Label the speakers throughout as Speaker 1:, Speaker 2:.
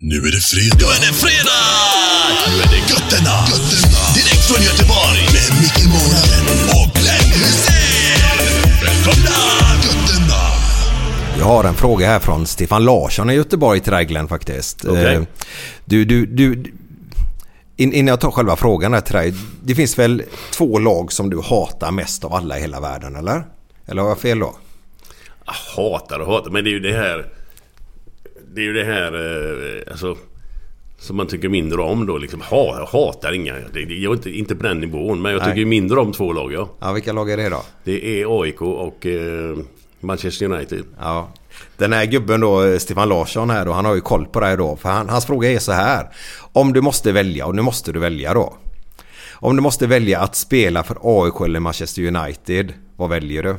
Speaker 1: Nu är det fredag! Nu är det fredag! Nu är det götterna! götterna. Direkt från Göteborg! Med Micke Månaden och Glenn Hysén! Välkomna! Götterna!
Speaker 2: Jag har en fråga här från Stefan Larsson i Göteborg till dig Glenn faktiskt.
Speaker 3: Okej.
Speaker 2: Eh, Du, du, du, in- innan jag tar själva frågan här till dig. Det finns väl två lag som du hatar mest av alla i hela världen eller? Eller har jag fel då?
Speaker 3: Jag hatar och hatar, men det är ju det här... Det är ju det här eh, alltså, som man tycker mindre om då. Liksom, ha, jag hatar inga... Det, det, jag är inte, inte på den nivån, men jag
Speaker 2: Nej.
Speaker 3: tycker ju mindre om två lag ja.
Speaker 2: Ja, vilka lag är det då?
Speaker 3: Det är AIK och eh, Manchester United.
Speaker 2: Ja. Den här gubben då, eh, Stefan Larsson här då, han har ju koll på det här då. För han, hans fråga är så här. Om du måste välja, och nu måste du välja då. Om du måste välja att spela för AIK eller Manchester United, vad väljer du?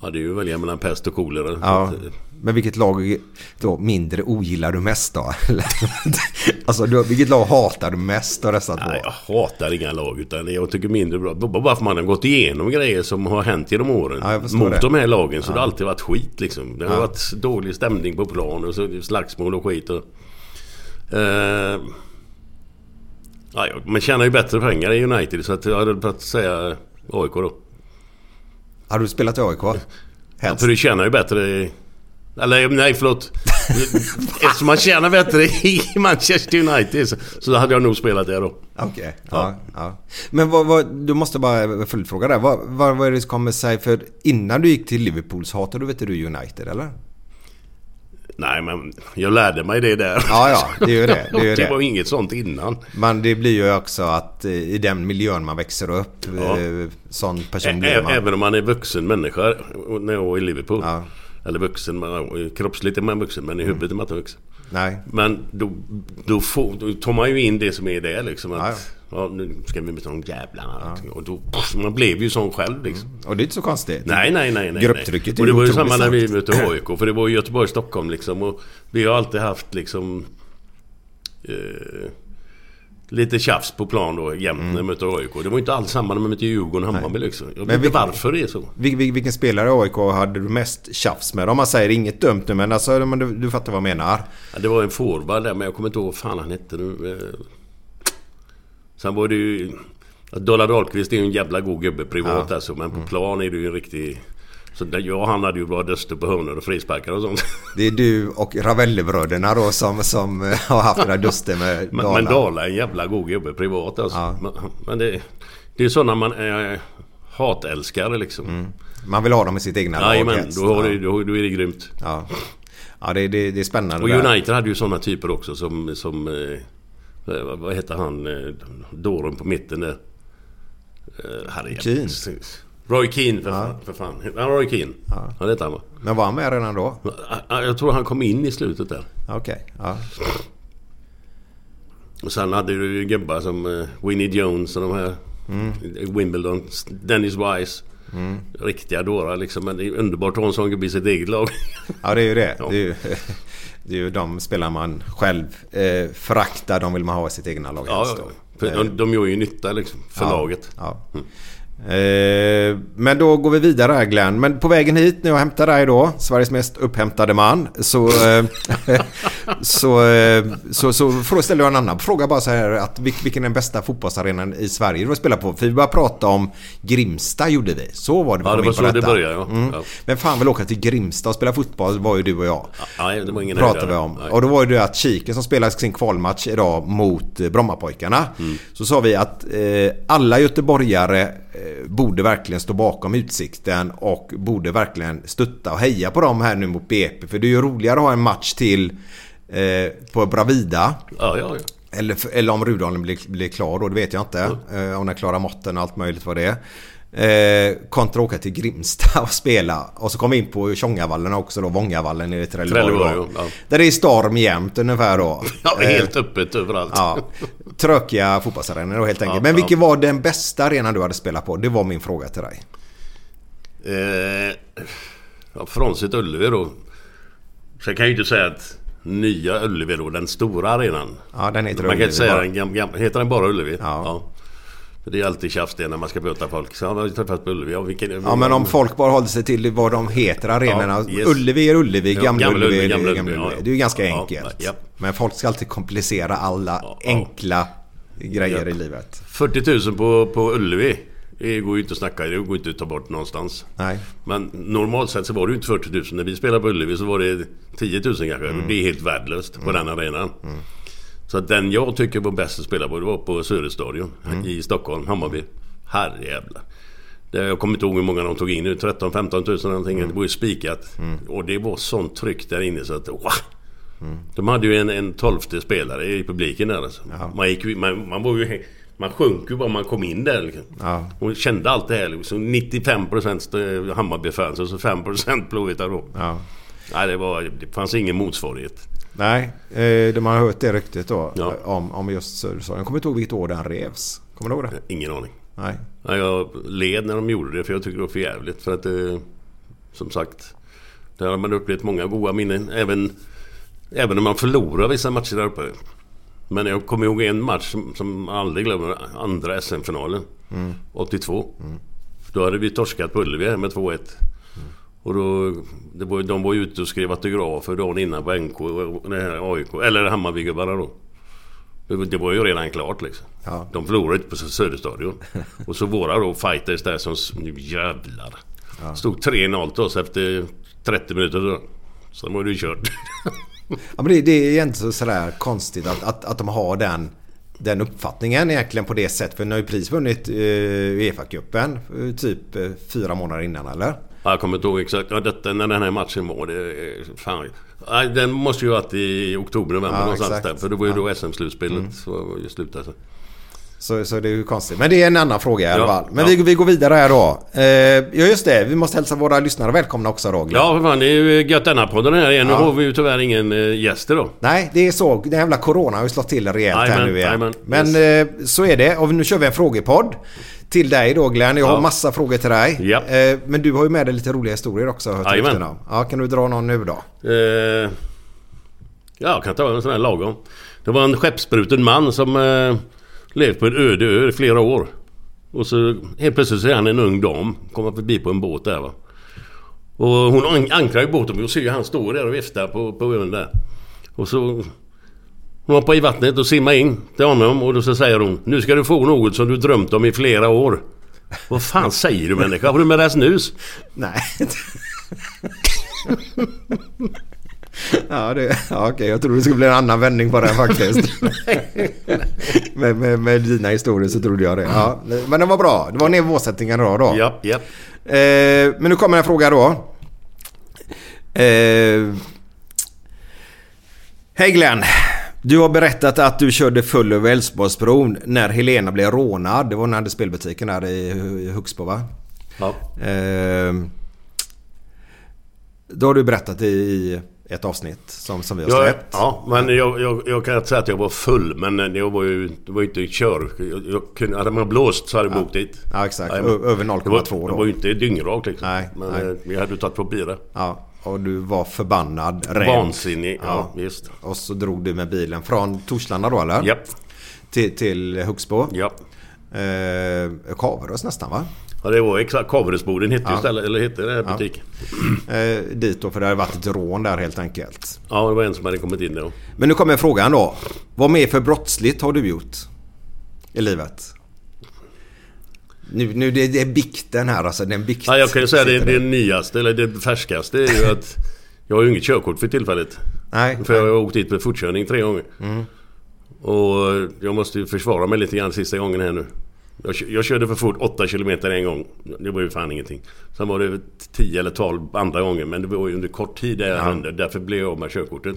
Speaker 3: Ja, det är ju att välja mellan pest och kolera.
Speaker 2: Ja.
Speaker 3: Så att, eh,
Speaker 2: Men vilket lag då mindre ogillar du mest då? Eller? alltså du, vilket lag hatar du mest av dessa två?
Speaker 3: Nej, jag hatar inga lag utan jag tycker mindre bra. B- Bara för man har gått igenom grejer som har hänt genom åren.
Speaker 2: Ja, jag förstår
Speaker 3: mot
Speaker 2: det.
Speaker 3: de här lagen så det har alltid varit skit liksom. Det har varit dålig stämning på plan och så slagsmål och skit. Och, eh, ja, jag- man tjänar ju bättre pengar i United så att jag hade velat säga AIK då.
Speaker 2: Har du spelat i AIK?
Speaker 3: Ja,
Speaker 2: Helst.
Speaker 3: för du tjänar ju bättre i... Eller nej förlåt. Eftersom man tjänar bättre i Manchester United så, så hade jag nog spelat där då.
Speaker 2: Okej. Ja, ja. Men vad, vad, du måste bara följdfråga där. Vad, vad, vad är det som kommer sig? För innan du gick till Liverpool så hatade du, vet du United eller?
Speaker 3: Nej men jag lärde mig det där.
Speaker 2: Ja, ja, det är ju det. Det, är ju
Speaker 3: det var
Speaker 2: det.
Speaker 3: ju inget sånt innan.
Speaker 2: Men det blir ju också att eh, i den miljön man växer upp,
Speaker 3: Ja.
Speaker 2: eh, sån person
Speaker 3: Ä-
Speaker 2: blir
Speaker 3: ä-
Speaker 2: man.
Speaker 3: Även om man är vuxen människa och- när jag var i Liverpool.
Speaker 2: Ja. Mm.
Speaker 3: Eller vuxen, man- kroppsligt är man vuxen men i huvudet är man inte vuxen.
Speaker 2: Nej.
Speaker 3: Men då, då, får, då tar man ju in det som är det liksom. Att,
Speaker 2: Ja,
Speaker 3: ja, nu ska vi möta de jävlarna. Och då, man blev ju sån själv liksom.
Speaker 2: Och det är inte så konstigt.
Speaker 3: Nej, nej, nej. nej
Speaker 2: Grupptrycket
Speaker 3: nej. Och det var ju
Speaker 2: otroligt
Speaker 3: samma när vi
Speaker 2: starkt.
Speaker 3: mötte AIK. För det var ju Göteborg, Stockholm liksom. Och vi har alltid haft liksom... Eh, lite tjafs på plan då jämt när vi mötte AIK. Det var ju inte alls samma när vi mötte Djurgården och Hammarby liksom. Jag vet
Speaker 2: Men
Speaker 3: inte
Speaker 2: vi-
Speaker 3: varför det är så.
Speaker 2: Vil, vil, vilken spelare i AIK hade du mest tjafs med? Om man säger inget dumt nu men alltså, men du, du fattar vad jag menar.
Speaker 3: Ja, det var en forward där men jag kommer inte ihåg vad fan han hette nu. Eh, Sen var det ju... Dollar Dahlqvist är ju en jävla god gubbe privat alltså. Men
Speaker 2: Mm.
Speaker 3: på plan är det ju en riktig... Så där, jag och han hade ju bra duster på hörnor och frisparkar och sånt.
Speaker 2: Det är du och Ravelli-bröderna då som, som eh, har haft den här duster med
Speaker 3: Men
Speaker 2: Dala.
Speaker 3: Dala, men Dala är en jävla god gubbe privat alltså. Men, men det, det är sådana man är hatälskare liksom.
Speaker 2: Mm. Man vill ha dem i sitt egna lag
Speaker 3: Jajamän,
Speaker 2: helst.
Speaker 3: då, har du, då, då är det grymt.
Speaker 2: Ja, ja det, det, det är spännande
Speaker 3: Och
Speaker 2: det där.
Speaker 3: United hade ju sådana typer också som... som eh, eh, vad- vad hette han? eh, Dåren på mitten där. Eh, Harry
Speaker 2: Keane.
Speaker 3: precis. Roy Keane för, fan, för fan. Hette Han Roy Keane. Ja. det hette han va?
Speaker 2: Men var han med redan då?
Speaker 3: Ja, Jag tror han kom in i slutet där.
Speaker 2: Okej. Ja.
Speaker 3: Och sen hade
Speaker 2: Mm.
Speaker 3: du ju gubbar som eh, Winnie Jones och de här. Wimbledon. Dennis Wise. Riktiga dårar liksom. Men det är underbart att ha en sån gubbe i sitt eget lag.
Speaker 2: Ja, det är ju det.
Speaker 3: Ja.
Speaker 2: Det, är ju, det är ju de spelar man själv eh, föraktar. De vill man ha i sitt egna lag helst
Speaker 3: ja,
Speaker 2: då.
Speaker 3: för de, de gör ju nytta liksom, för
Speaker 2: Ja,
Speaker 3: laget.
Speaker 2: Ja. Eh, men då går vi vidare här Glenn. Men på vägen hit när jag hämtade dig då, Sveriges mest upphämtade man. Så, eh, så, eh, så, så, frå- ställde jag en annan fråga bara så här. Att, vil- vilken är den bästa fotbollsarenan i Sverige att spela på? För vi började prata om Grimsta gjorde vi. Så var det vi
Speaker 3: Ja,
Speaker 2: kom
Speaker 3: det
Speaker 2: in
Speaker 3: var
Speaker 2: på
Speaker 3: så det
Speaker 2: detta.
Speaker 3: började, ja.
Speaker 2: Mm.
Speaker 3: Ja.
Speaker 2: Men fan väl åka till Grimsta och spela fotboll var ju du och jag.
Speaker 3: Nej, det var ingen
Speaker 2: Pratar
Speaker 3: höjdare.
Speaker 2: vi om.
Speaker 3: Nej.
Speaker 2: Och då var ju det att Kiken som spelar sin kvalmatch idag mot eh, Brommapojkarna.
Speaker 3: Mm.
Speaker 2: Så sa vi att eh, alla göteborgare eh, borde verkligen stå bakom Utsikten och borde verkligen stötta och heja på dem här nu mot BP. För det är ju roligare att ha en match till eh, på Bravida.
Speaker 3: Ja, ja, ja.
Speaker 2: Eller, f- eller om Rudalen blir, blir klar då, det vet jag inte.
Speaker 3: Mm.
Speaker 2: Eh, om den klarar måtten och allt möjligt vad det är. Eh, kontra åka till Grimsta och spela. Och så kom vi in på Tjongavallen också då, Vångavallen nere i Trelleborg.
Speaker 3: Trelleborg,
Speaker 2: då.
Speaker 3: ja.
Speaker 2: Där det är storm jämt ungefär då.
Speaker 3: ja
Speaker 2: Eh,
Speaker 3: helt öppet överallt.
Speaker 2: ja, trökiga fotbollsarenor då helt enkelt. Men
Speaker 3: ja.
Speaker 2: vilken var den bästa arenan du hade spelat på? Det var min fråga till dig.
Speaker 3: Eh, ja, frånsett Ullevi då. Så jag kan ju inte säga att nya Ullevi då, den stora arenan.
Speaker 2: Ja, den heter
Speaker 3: Man kan
Speaker 2: Ullevi
Speaker 3: inte säga
Speaker 2: bara.
Speaker 3: den gam, gam, Heter den bara Ullevi?
Speaker 2: Ja.
Speaker 3: För Det är alltid tjafs det när man ska möta folk. Så ja, vi har träffats på Ullevi. Ja, vilken,
Speaker 2: Ja men om folk bara håller sig till vad de heter arenorna.
Speaker 3: Ja, yes.
Speaker 2: Ullevi är Ullevi,
Speaker 3: Ja,
Speaker 2: Gamla
Speaker 3: Gamla
Speaker 2: Ullevi är
Speaker 3: Ullevi,
Speaker 2: Gamla
Speaker 3: Gamla
Speaker 2: Ullevi.
Speaker 3: Ullevi, ja.
Speaker 2: Det är ju ganska
Speaker 3: Ja,
Speaker 2: enkelt.
Speaker 3: ja.
Speaker 2: Men folk ska alltid komplicera alla
Speaker 3: Ja, ja.
Speaker 2: enkla grejer
Speaker 3: Ja.
Speaker 2: i livet.
Speaker 3: 40 000 på, på Ullevi. Det går ju inte att snacka Det går inte att ta bort någonstans.
Speaker 2: Nej.
Speaker 3: Men normalt sett så var det ju inte 40 000. När vi spelade på Ullevi så var det 10 000 kanske. Det är helt värdelöst på den arenan. Så att den jag tycker var bäst att spela på, det var på Sörestadion i Stockholm, Hammarby. Herrejävlar. Det- Jag kommer inte ihåg hur många de tog in nu. 13-15 000 eller någonting. Det var ju spikat. Och det var sånt tryck där inne så att... Wow. De hade ju en, en tolfte spelare i publiken där alltså. man, gick, ju- man, man var ju... Man sjönk ju bara man kom in där liksom.
Speaker 2: Ja.
Speaker 3: Och kände allt det här liksom. 95% st- Hammarby-fans och så 5% Blåvita då.
Speaker 2: Ja.
Speaker 3: Nej, det, var, det fanns ingen motsvarighet.
Speaker 2: Nej, eh, de har hört det ryktet då.
Speaker 3: Ja.
Speaker 2: eh, Om, om just Söderstaden. Jag kommer inte ihåg vilket år den revs. Kommer du ihåg det?
Speaker 3: Ingen aning.
Speaker 2: Nej.
Speaker 3: Ja, jag led när de gjorde det för jag tyckte det var för jävligt för att det, Som sagt Där har man upplevt många goda minnen även Även om man förlorar vissa matcher där uppe Men jag kommer ihåg en match som, som jag aldrig glömmer Andra SM-finalen 82 Då hade vi torskat på Ullevi här med 2-1 och då, det var, ju- de var ju ute och skrev autografer dagen innan på NK, och det här AIK, eller Hammarbygubbarna då. Det var- Det var ju redan klart liksom.
Speaker 2: Ja.
Speaker 3: De förlorade inte på Söderstadion. Och så våra då fighters där som... s- Nu jävlar. Stod 3-0 till oss efter 30 minuter. Då. Sen var det ju kört.
Speaker 2: Ja, men det, det är inte så sådär konstigt att, att, att de har den, den uppfattningen egentligen på det sättet. För nu har ju precis vunnit eh, Uefa-cupen eh, typ eh, fyra månader innan eller?
Speaker 3: Ja, Jag kommer inte ihåg exakt. Ja, detta, när den här matchen var. Det, är- fan. Nej, den måste ju ha varit i oktober, november
Speaker 2: Ja,
Speaker 3: någonstans
Speaker 2: exakt. Mm.
Speaker 3: där. För det var ju då SM-slutspelet så ju slut alltså.
Speaker 2: Så, så det är ju konstigt. Men det är en annan fråga i alla
Speaker 3: Ja,
Speaker 2: fall. Men
Speaker 3: ja.
Speaker 2: vi, vi går vidare här då. Eh, ja just det, vi måste hälsa våra lyssnare välkomna också då. Glenn.
Speaker 3: Ja, för fan. Det är ju gött denna podden här igen. Nu har vi ju tyvärr ingen eh, gäst idag.
Speaker 2: Nej, det är så. Den jävla corona har ju slått till rejält här
Speaker 3: Jajamän,
Speaker 2: nu igen.
Speaker 3: jajamän.
Speaker 2: Men eh, så är det. Och nu kör vi en frågepodd. Till dig då Glenn. Jag har
Speaker 3: Ja.
Speaker 2: massa frågor till dig.
Speaker 3: Ja.
Speaker 2: Eh, men du har ju med dig lite roliga historier också. har jag hört
Speaker 3: Jajamän.
Speaker 2: rykten om. Ja, kan du dra någon nu då?
Speaker 3: Eh, ja, jag kan ta en sån här lagom. Det var en skeppsbruten man som eh, levt på en öde ö i flera år. Och så helt plötsligt så är han en ung dam. Kommer förbi på en båt där va. Och hon an- ankrar ju båten. Vi ser ju han står där och viftar på, på ön där. Och så... Hon hoppar i vattnet och simmar in till honom och då så säger hon Nu ska du få något som du drömt om i flera år. Vad fan säger du människa? Har du med dig snus?
Speaker 2: Nej. ja, det, ja, okej. Jag trodde det skulle bli en annan vändning på den faktiskt. med, med, med dina historier så trodde jag det. Ja, men den var bra. Det var nivåsättningen bra då.
Speaker 3: Ja, ja.
Speaker 2: Eh, men nu kommer en fråga då. Eh, Hej Glenn. Du har berättat att du körde full över Älvsborgsbron när Helena blev rånad. Det var när hade spelbutiken där i, i Huxbo va?
Speaker 3: ja.
Speaker 2: Ehm, Eh, då har du berättat i, i Ett avsnitt som, som vi har
Speaker 3: Jag,
Speaker 2: släppt.
Speaker 3: ja, men jag, jag, jag kan inte säga att jag var full, men jag var ju, det var ju inte kör. Jag, jag kunde, hade man blåst så hade jag åkt dit.
Speaker 2: Ja, exakt.
Speaker 3: Nej, men-
Speaker 2: Ö- över 0,2
Speaker 3: Det var,
Speaker 2: då.
Speaker 3: det var ju inte dyngrak liksom.
Speaker 2: Nej,
Speaker 3: men
Speaker 2: nej.
Speaker 3: eh, jag hade ju tagit på bira.
Speaker 2: Ja, och du var förbannad, rädd.
Speaker 3: Vansinnig, ja, visst.
Speaker 2: Och så drog du med bilen från Torslanda då eller?
Speaker 3: Japp,
Speaker 2: Till, till Huxbo.
Speaker 3: japp.
Speaker 2: Eh, Kaverås nästan va?
Speaker 3: Ja, det var exakt. Kaveresboden hette ju stället, eller hette den här butiken.
Speaker 2: Eh, dit då för det hade varit ett rån där helt enkelt.
Speaker 3: Ja, det var en som hade kommit in då.
Speaker 2: Men nu kommer frågan då. Vad mer för brottsligt har du gjort? I livet? Nu, nu det, det är bikten här alltså. Den bikt.
Speaker 3: Ja, jag kan ju säga det,
Speaker 2: sitter
Speaker 3: det
Speaker 2: där.
Speaker 3: nyaste, eller det färskaste är ju att jag har ju inget körkort för tillfället.
Speaker 2: Nej, Mm.
Speaker 3: För jag har åkt dit med fortkörning tre gånger. Och jag måste ju försvara mig lite grann sista gången här nu. Jag, kö- jag körde för fort 8 km en gång. Det var ju fan ingenting. Sen var det 10 eller 12 andra gånger. Men det var ju under kort tid det hände. Därför blev jag av med körkortet.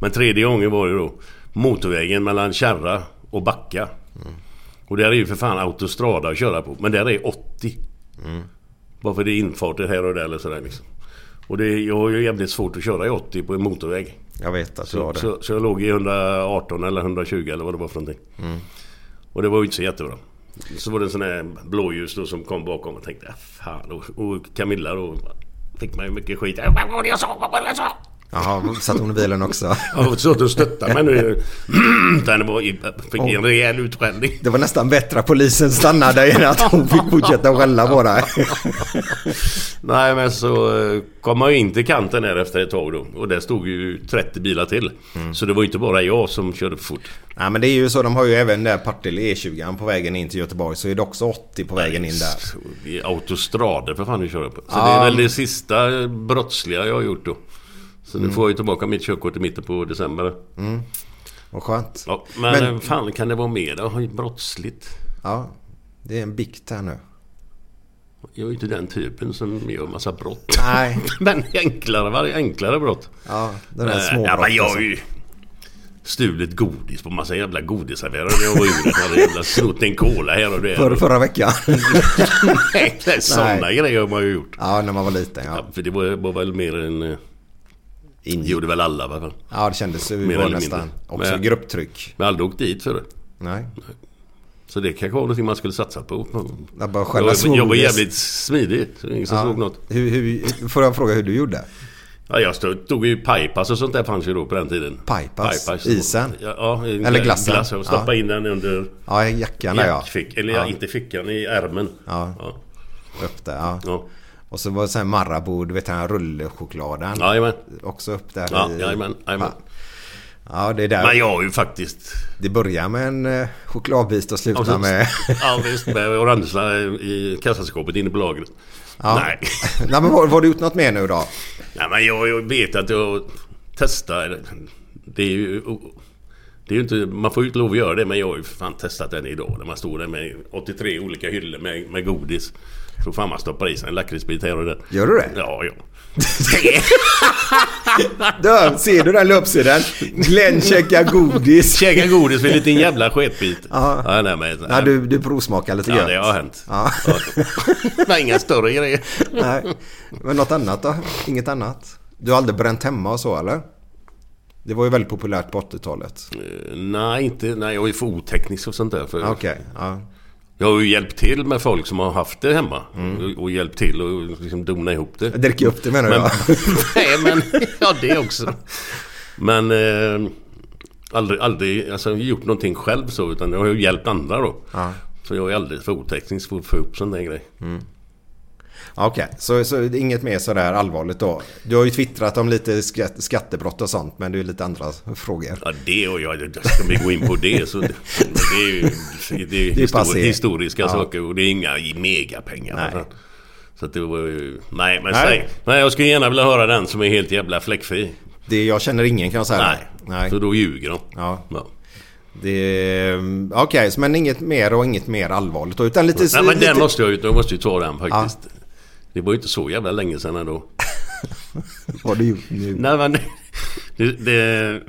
Speaker 3: Men tredje gången var det då motorvägen mellan Kärra och Backa.
Speaker 2: Mm.
Speaker 3: Och där är ju för fan autostrada att köra på. Men där är 80. Bara för det är infarter här och där eller sådär liksom. Och det, jag har ju jävligt svårt att köra i 80 på en motorväg.
Speaker 2: Jag vet att du har
Speaker 3: Så,
Speaker 2: det.
Speaker 3: så, så jag låg i 118 eller 120 eller vad det var för någonting.
Speaker 2: Mm.
Speaker 3: Och det var ju inte så jättebra. Så var det en sån här blåljus då som kom bakom och tänkte "Ah, fan. Och, och Camilla då fick man ju mycket skit. "Äh, Vad var det jag sa? Vad var det jag sa?
Speaker 2: Jaha, satt hon i bilen också?
Speaker 3: Jag har suttit och stöttat mig nu. Den var, i- fick en rejäl utskällning.
Speaker 2: Det var nästan bättre att polisen stannade dig än att hon fick fortsätta skälla på dig.
Speaker 3: Nej men så eh, kom man ju in till kanten här efter ett tag då. Och där stod ju 30 bilar till.
Speaker 2: Mm.
Speaker 3: Så det var ju inte bara jag som körde för fort.
Speaker 2: Nej men det är ju så, de har ju även där Partille E20 på vägen in till Göteborg så är det också 80 på vägen in där.
Speaker 3: I autostrader för fan du kör på. Så
Speaker 2: Ja.
Speaker 3: det är väl det sista brottsliga jag har gjort då. Så
Speaker 2: Mm.
Speaker 3: nu får jag ju tillbaka mitt körkort i mitten på december.
Speaker 2: Vad skönt.
Speaker 3: Ja, men,
Speaker 2: Mm. Men-
Speaker 3: men fan kan det vara mer då? Brottsligt?
Speaker 2: Ja, det är en bikt här nu.
Speaker 3: Jag är ju inte den typen som gör massa brott.
Speaker 2: Nej.
Speaker 3: men enklare, varje enklare brott.
Speaker 2: Ja, det där
Speaker 3: Nej, ja, men
Speaker 2: småbrottet.
Speaker 3: jag har ju stulit godis på massa jävla godisserverare när jag var yngre. Jag hade jävla snott en cola här och där.
Speaker 2: För, förra veckan.
Speaker 3: Nej, det är sådana
Speaker 2: Nej.
Speaker 3: grejer har man ju gjort.
Speaker 2: ja, när man var liten ja.
Speaker 3: Ja, för det var, var väl mer än... eh,
Speaker 2: Ingjord.
Speaker 3: Gjorde väl alla i alla fall.
Speaker 2: Ja, det kändes ju. Vi
Speaker 3: Mer
Speaker 2: var
Speaker 3: eller
Speaker 2: nästan
Speaker 3: mindre.
Speaker 2: också
Speaker 3: Men-
Speaker 2: grupptryck.
Speaker 3: Men jag har aldrig åkt dit för det.
Speaker 2: Nej.
Speaker 3: Så det kanske var någonting man skulle satsa på.
Speaker 2: Jag bara
Speaker 3: Jag,
Speaker 2: skälla
Speaker 3: var- jag var
Speaker 2: smågodis.
Speaker 3: jävligt smidig. Så ingen som
Speaker 2: Ja.
Speaker 3: såg något.
Speaker 2: Hur, hur, får jag fråga hur du gjorde?
Speaker 3: Ja, jag stod, tog ju pipas och sånt där fanns ju då på den tiden.
Speaker 2: Pipas? Isen?
Speaker 3: Ja, ja, en
Speaker 2: Eller
Speaker 3: gla-
Speaker 2: glassen?
Speaker 3: Glass. Jag stoppade in den under
Speaker 2: Ja, jackan där ja.
Speaker 3: jackfick, Eller ja. inte fickan, i ärmen.
Speaker 2: Ja.
Speaker 3: Ja.
Speaker 2: Upp där ja.
Speaker 3: Ja.
Speaker 2: Och så var det sån här Marabou, du vet den här rullchokladen.
Speaker 3: Jajamän.
Speaker 2: Också upp där
Speaker 3: Ja,
Speaker 2: i...
Speaker 3: jajamän, jajamän.
Speaker 2: Ja. Eh, Ja, det är där.
Speaker 3: Men jag har ju faktiskt...
Speaker 2: Det börjar med en eh, chokladbit och slutar
Speaker 3: Och så-
Speaker 2: med...
Speaker 3: ja, visst, med orangea i kassaskåpet inne på lagret. Nej.
Speaker 2: Nej men vad vad har du gjort något mer nu då?
Speaker 3: Nej, men jag, jag vet att jag testar... Det är ju... Det är ju inte, man får ju inte lov att göra det, men jag har ju för fan testat den idag. När man står där med 83 olika hyllor med, med godis. Tror fan man stoppar i sig en lakritsbit här och där.
Speaker 2: Gör du det?
Speaker 3: Ja, ja.
Speaker 2: Dö, ser du den löpsidan? Glenn checkar godis.
Speaker 3: Käka godis för en liten jävla sketbit. Ja, nej, men,
Speaker 2: Nej, du, du provsmakar lite
Speaker 3: ja,
Speaker 2: gött.
Speaker 3: det har hänt.
Speaker 2: Ja.
Speaker 3: men inga större grejer.
Speaker 2: Nej. Men något annat då? Inget annat? Du har aldrig bränt hemma och så eller? Det var ju väldigt populärt på 80-talet.
Speaker 3: Eh, Nej, inte, nej, jag är för oteknisk och sånt där. För
Speaker 2: Okej, ja.
Speaker 3: Jag har ju hjälpt till med folk som har haft det hemma. Och, och hjälpt till och liksom dona ihop det.
Speaker 2: Jag dricker upp det menar jag.
Speaker 3: Nej, men ja, det också. Men eh, aldrig, aldrig alltså, gjort någonting själv så, utan jag har ju hjälpt andra då. Så jag är aldrig för oteknisk för att få ihop sån där grej.
Speaker 2: Okej, så, så det är inget mer sådär allvarligt då. Du har ju twittrat om lite skatt, skattebrott och sånt men det är lite andra frågor.
Speaker 3: Ja, det och jag, ska vi gå in på det så... Det, det är ju det är
Speaker 2: Det är
Speaker 3: histor,
Speaker 2: passé.
Speaker 3: historiska
Speaker 2: Ja.
Speaker 3: saker och det är inga megapengar. Alltså.
Speaker 2: Nej.
Speaker 3: Så att det var ju... Nej, men
Speaker 2: Nej.
Speaker 3: säg. Nej, jag skulle gärna vilja höra den som är helt jävla fläckfri.
Speaker 2: Det, jag känner ingen kan jag säga.
Speaker 3: Nej.
Speaker 2: Nej.
Speaker 3: Så då ljuger de.
Speaker 2: Ja.
Speaker 3: Ja.
Speaker 2: Det... mm, Okej, så men inget mer och inget mer allvarligt då, utan lite...
Speaker 3: Nej, men
Speaker 2: lite...
Speaker 3: den måste jag ju... Jag måste ju ta den faktiskt. Det var ju inte så jävla länge sedan ändå.
Speaker 2: Vad har du gjort nu?
Speaker 3: Nej, men... Det, det,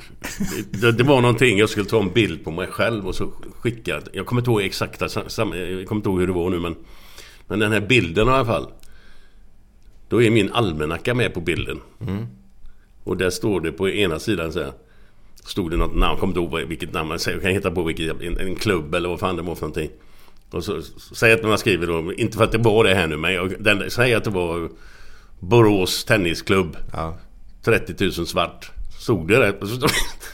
Speaker 3: det, det var någonting, jag skulle ta en bild på mig själv och så skicka... Jag kommer inte ihåg exakta... sam- sam- Jag kommer inte ihåg hur det var nu men... Men den här bilden i alla fall. Då är min almanacka med på bilden. Och där står det på ena sidan så här. Stod det något namn, jag kommer inte ihåg vad- vilket namn man säger. Jag kan hitta på vilket, en, en klubb eller vad fan det var för någonting. Och så säger att man skriver då, inte för att det var det här nu men jag, den, säg att det var Borås Tennisklubb.
Speaker 2: Ja.
Speaker 3: 30 000 svart. Stod det där. Så,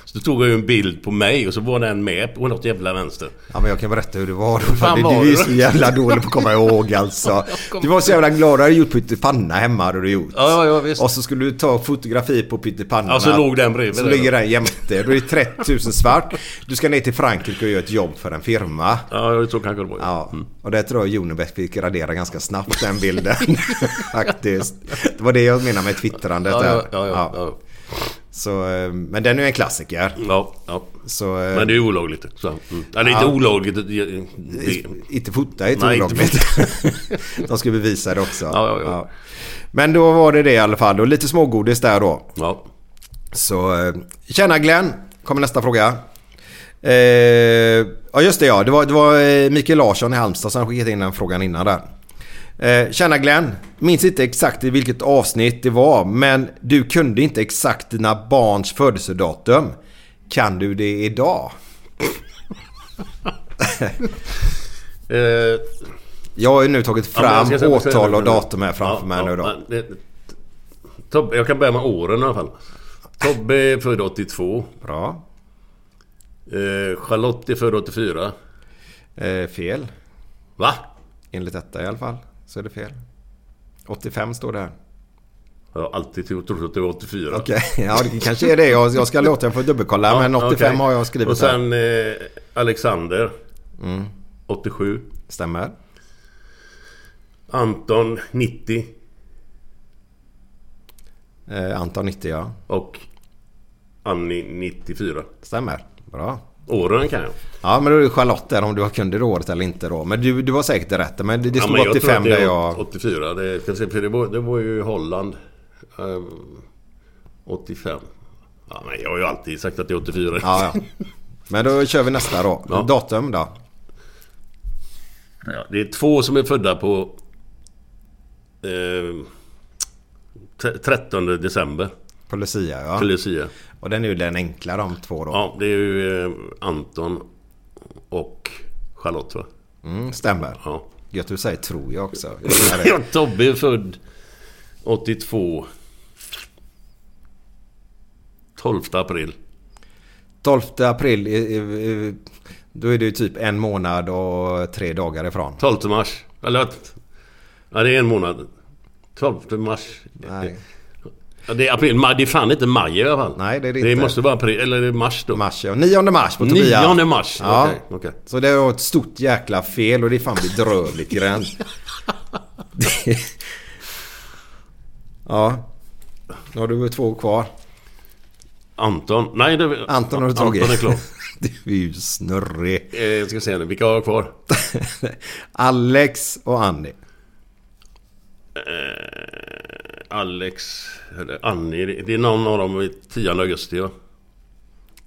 Speaker 3: så tog jag ju en bild på mig och så var den med på något jävla vänster.
Speaker 2: Ja men jag kan berätta hur det var då.
Speaker 3: fan
Speaker 2: Fan,
Speaker 3: var
Speaker 2: du är
Speaker 3: det?
Speaker 2: så jävla dålig på att komma ihåg alltså. Du var så jävla glad. Du hade gjort pyttipanna hemma hade du gjort.
Speaker 3: Ja, ja, ja, visst.
Speaker 2: Och så skulle du ta fotografi på pyttipannan.
Speaker 3: Ja, så låg den bredvid
Speaker 2: Så
Speaker 3: där.
Speaker 2: ligger den jämte. Då är det 30 000 svart. Du ska ner till Frankrike och göra ett jobb för en firma.
Speaker 3: Ja, jag tror kanske det var.
Speaker 2: Ja, och det tror jag Jonebäck fick radera ganska snabbt den bilden. Faktiskt. Det var det jag menade med twittrandet
Speaker 3: Ja,
Speaker 2: där.
Speaker 3: ja, ja, ja, ja.
Speaker 2: Så, eh, men den är ju en klassiker.
Speaker 3: ja, ja.
Speaker 2: Så, eh,
Speaker 3: Men det är ju olagligt. Så. Mm. Eller inte
Speaker 2: Ja.
Speaker 3: olagligt. det- det-
Speaker 2: Inte fota är inte
Speaker 3: Nej, inte
Speaker 2: olagligt. De ska bevisa det också.
Speaker 3: Ja, ja, ja.
Speaker 2: Men då var det det i alla fall. Och lite smågodis där då.
Speaker 3: Ja.
Speaker 2: Så eh, tjena Glenn. Kommer nästa fråga. Eh, ja just det ja. Det var, det var eh, Mikael Larsson i Halmstad som skickade in den frågan innan där. Eh, tjena Glenn. Minns inte exakt i vilket avsnitt det var. Men du kunde inte exakt dina barns födelsedatum. Kan du det idag?
Speaker 3: Eh,
Speaker 2: Jag har ju nu tagit
Speaker 3: Ja, men jag
Speaker 2: fram
Speaker 3: ska säga-
Speaker 2: årtal och datum här framför
Speaker 3: Ja,
Speaker 2: mig
Speaker 3: ja,
Speaker 2: nu då.
Speaker 3: men det- Tobbe, jag kan börja med åren i alla fall. Tobbe är född 82.
Speaker 2: Bra.
Speaker 3: Eh, Charlotte är född 84.
Speaker 2: Eh, fel.
Speaker 3: Va?
Speaker 2: Enligt detta i alla fall. Så är det fel. 85 står det här.
Speaker 3: Jag har alltid trott att det var 84.
Speaker 2: Okej, ja det kanske är det. Jag, jag ska låta den få dubbelkolla.
Speaker 3: Ja,
Speaker 2: men 85
Speaker 3: okej.
Speaker 2: har jag skrivit
Speaker 3: Och
Speaker 2: här. Mm.
Speaker 3: sen eh, Alexander. 87.
Speaker 2: Stämmer.
Speaker 3: Anton 90.
Speaker 2: Eh, Anton 90 ja.
Speaker 3: Och Annie 94.
Speaker 2: Stämmer. Bra.
Speaker 3: Åren kan jag.
Speaker 2: Ja men då är det Charlotte där om du har kunde det året eller inte då. Men du, du var säkert rätt. Men det, det stod
Speaker 3: men jag tror
Speaker 2: 85
Speaker 3: att det
Speaker 2: där
Speaker 3: är
Speaker 2: jag...
Speaker 3: 84. Det, ska vi se, för det, var, det var ju Holland. Ehm, 85. Ja, men jag har ju alltid sagt att det är 84.
Speaker 2: Ja, ja. Men då kör vi nästa då.
Speaker 3: Ja.
Speaker 2: Datum då.
Speaker 3: Ja, det är två som är födda på... ehm, tre- 13 december.
Speaker 2: På Lucia
Speaker 3: På
Speaker 2: ja.
Speaker 3: Lucia.
Speaker 2: Och den är ju den enkla de två då.
Speaker 3: Ja, det är ju eh, Anton och Charlotte va?
Speaker 2: Mm, stämmer.
Speaker 3: Ja.
Speaker 2: Gött du säger tror jag också.
Speaker 3: Ja, Tobbe är född 82. 12 april.
Speaker 2: 12 april, eh, eh, eh, då är det ju typ en månad och tre dagar ifrån.
Speaker 3: 12 mars. Eller att... Ja, det är en månad. 12 mars.
Speaker 2: Nej.
Speaker 3: Ja, det är april. Ma- Det är fan inte maj i alla fall.
Speaker 2: Nej, det är det
Speaker 3: Det
Speaker 2: inte.
Speaker 3: måste vara april. Eller är det mars då?
Speaker 2: Mars, ja. 9 mars på Tobias.
Speaker 3: 9 mars.
Speaker 2: Ja.
Speaker 3: Okej, okej.
Speaker 2: Så det var ett stort jäkla fel och det är fan bedrövligt grann. Det- ja. Nu har du två kvar.
Speaker 3: Anton. Nej, det...
Speaker 2: Anton har du tagit.
Speaker 3: Anton är klar.
Speaker 2: du är ju snurrig.
Speaker 3: Eh, Jag ska se nu. Vilka har jag kvar?
Speaker 2: Alex och Annie.
Speaker 3: Eh, Alex... Eller Annie. Det är någon av dem i 10 augusti va?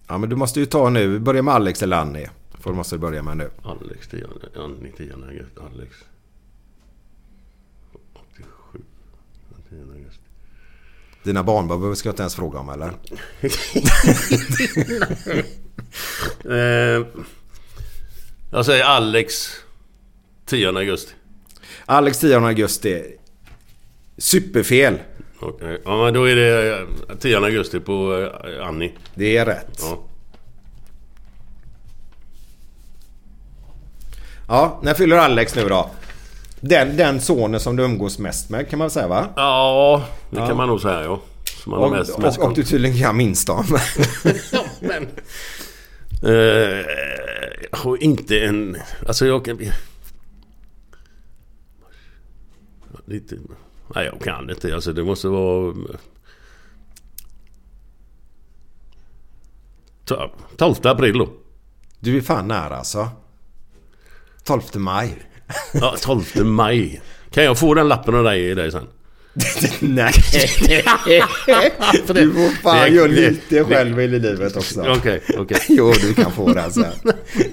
Speaker 2: Ja men du måste ju ta nu. Börja med Alex eller Annie. Får måste du börja med nu.
Speaker 3: Alex 10, Annie 10 augusti. Alex. 87. 10 augusti.
Speaker 2: Dina barnbarn ska jag inte ens fråga om eller?
Speaker 3: Eh, jag säger Alex 10 augusti.
Speaker 2: Alex 10 augusti. Superfel.
Speaker 3: Okej. eh, Ja, men då är det eh, 10 augusti på eh, Annie.
Speaker 2: Det är rätt. Ja.
Speaker 3: Ja.
Speaker 2: när fyller Alex nu då? Den, den sonen som du umgås mest med kan man säga va?
Speaker 3: ja, det kan man nog säga ja. Som man har
Speaker 2: Och,
Speaker 3: mest, mest
Speaker 2: och, och du
Speaker 3: kontakt.
Speaker 2: tydligen kan minst om.
Speaker 3: Ja, men... Eh, jag har inte en... Alltså jag kan... Lite... Nej, jag kan inte. Alltså det måste vara... Ta- 12 april då.
Speaker 2: Du är fan nära alltså. 12 maj.
Speaker 3: Ja, 12 maj. Kan jag få den lappen av dig, dig sen?
Speaker 2: Nej.
Speaker 3: För
Speaker 2: Du får fan
Speaker 3: det-
Speaker 2: göra
Speaker 3: det-
Speaker 2: lite själv i livet också.
Speaker 3: Okej, okej.
Speaker 2: Jo, du kan få den sen.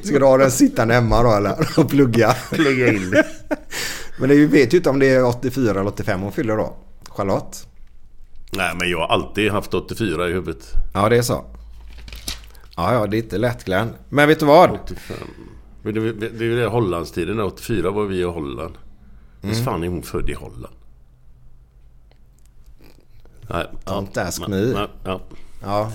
Speaker 2: Ska du ha den sittande hemma då eller? Och plugga?
Speaker 3: Plugga in det.
Speaker 2: Men det är ju- vet ju inte om det är 84 eller 85 hon fyller då. Charlotte.
Speaker 3: Nej, men jag har alltid haft 84 i huvudet.
Speaker 2: Ja, det är så. Ja, ja, det är inte lätt Glenn. Men vet du vad?
Speaker 3: 85. Men Det det- det är ju det Hollandstiden. 84 var vi i Holland. Visst fan är hon född i Holland? Nej.
Speaker 2: Don't ask
Speaker 3: nej,
Speaker 2: me.
Speaker 3: nej, ja.
Speaker 2: Ja,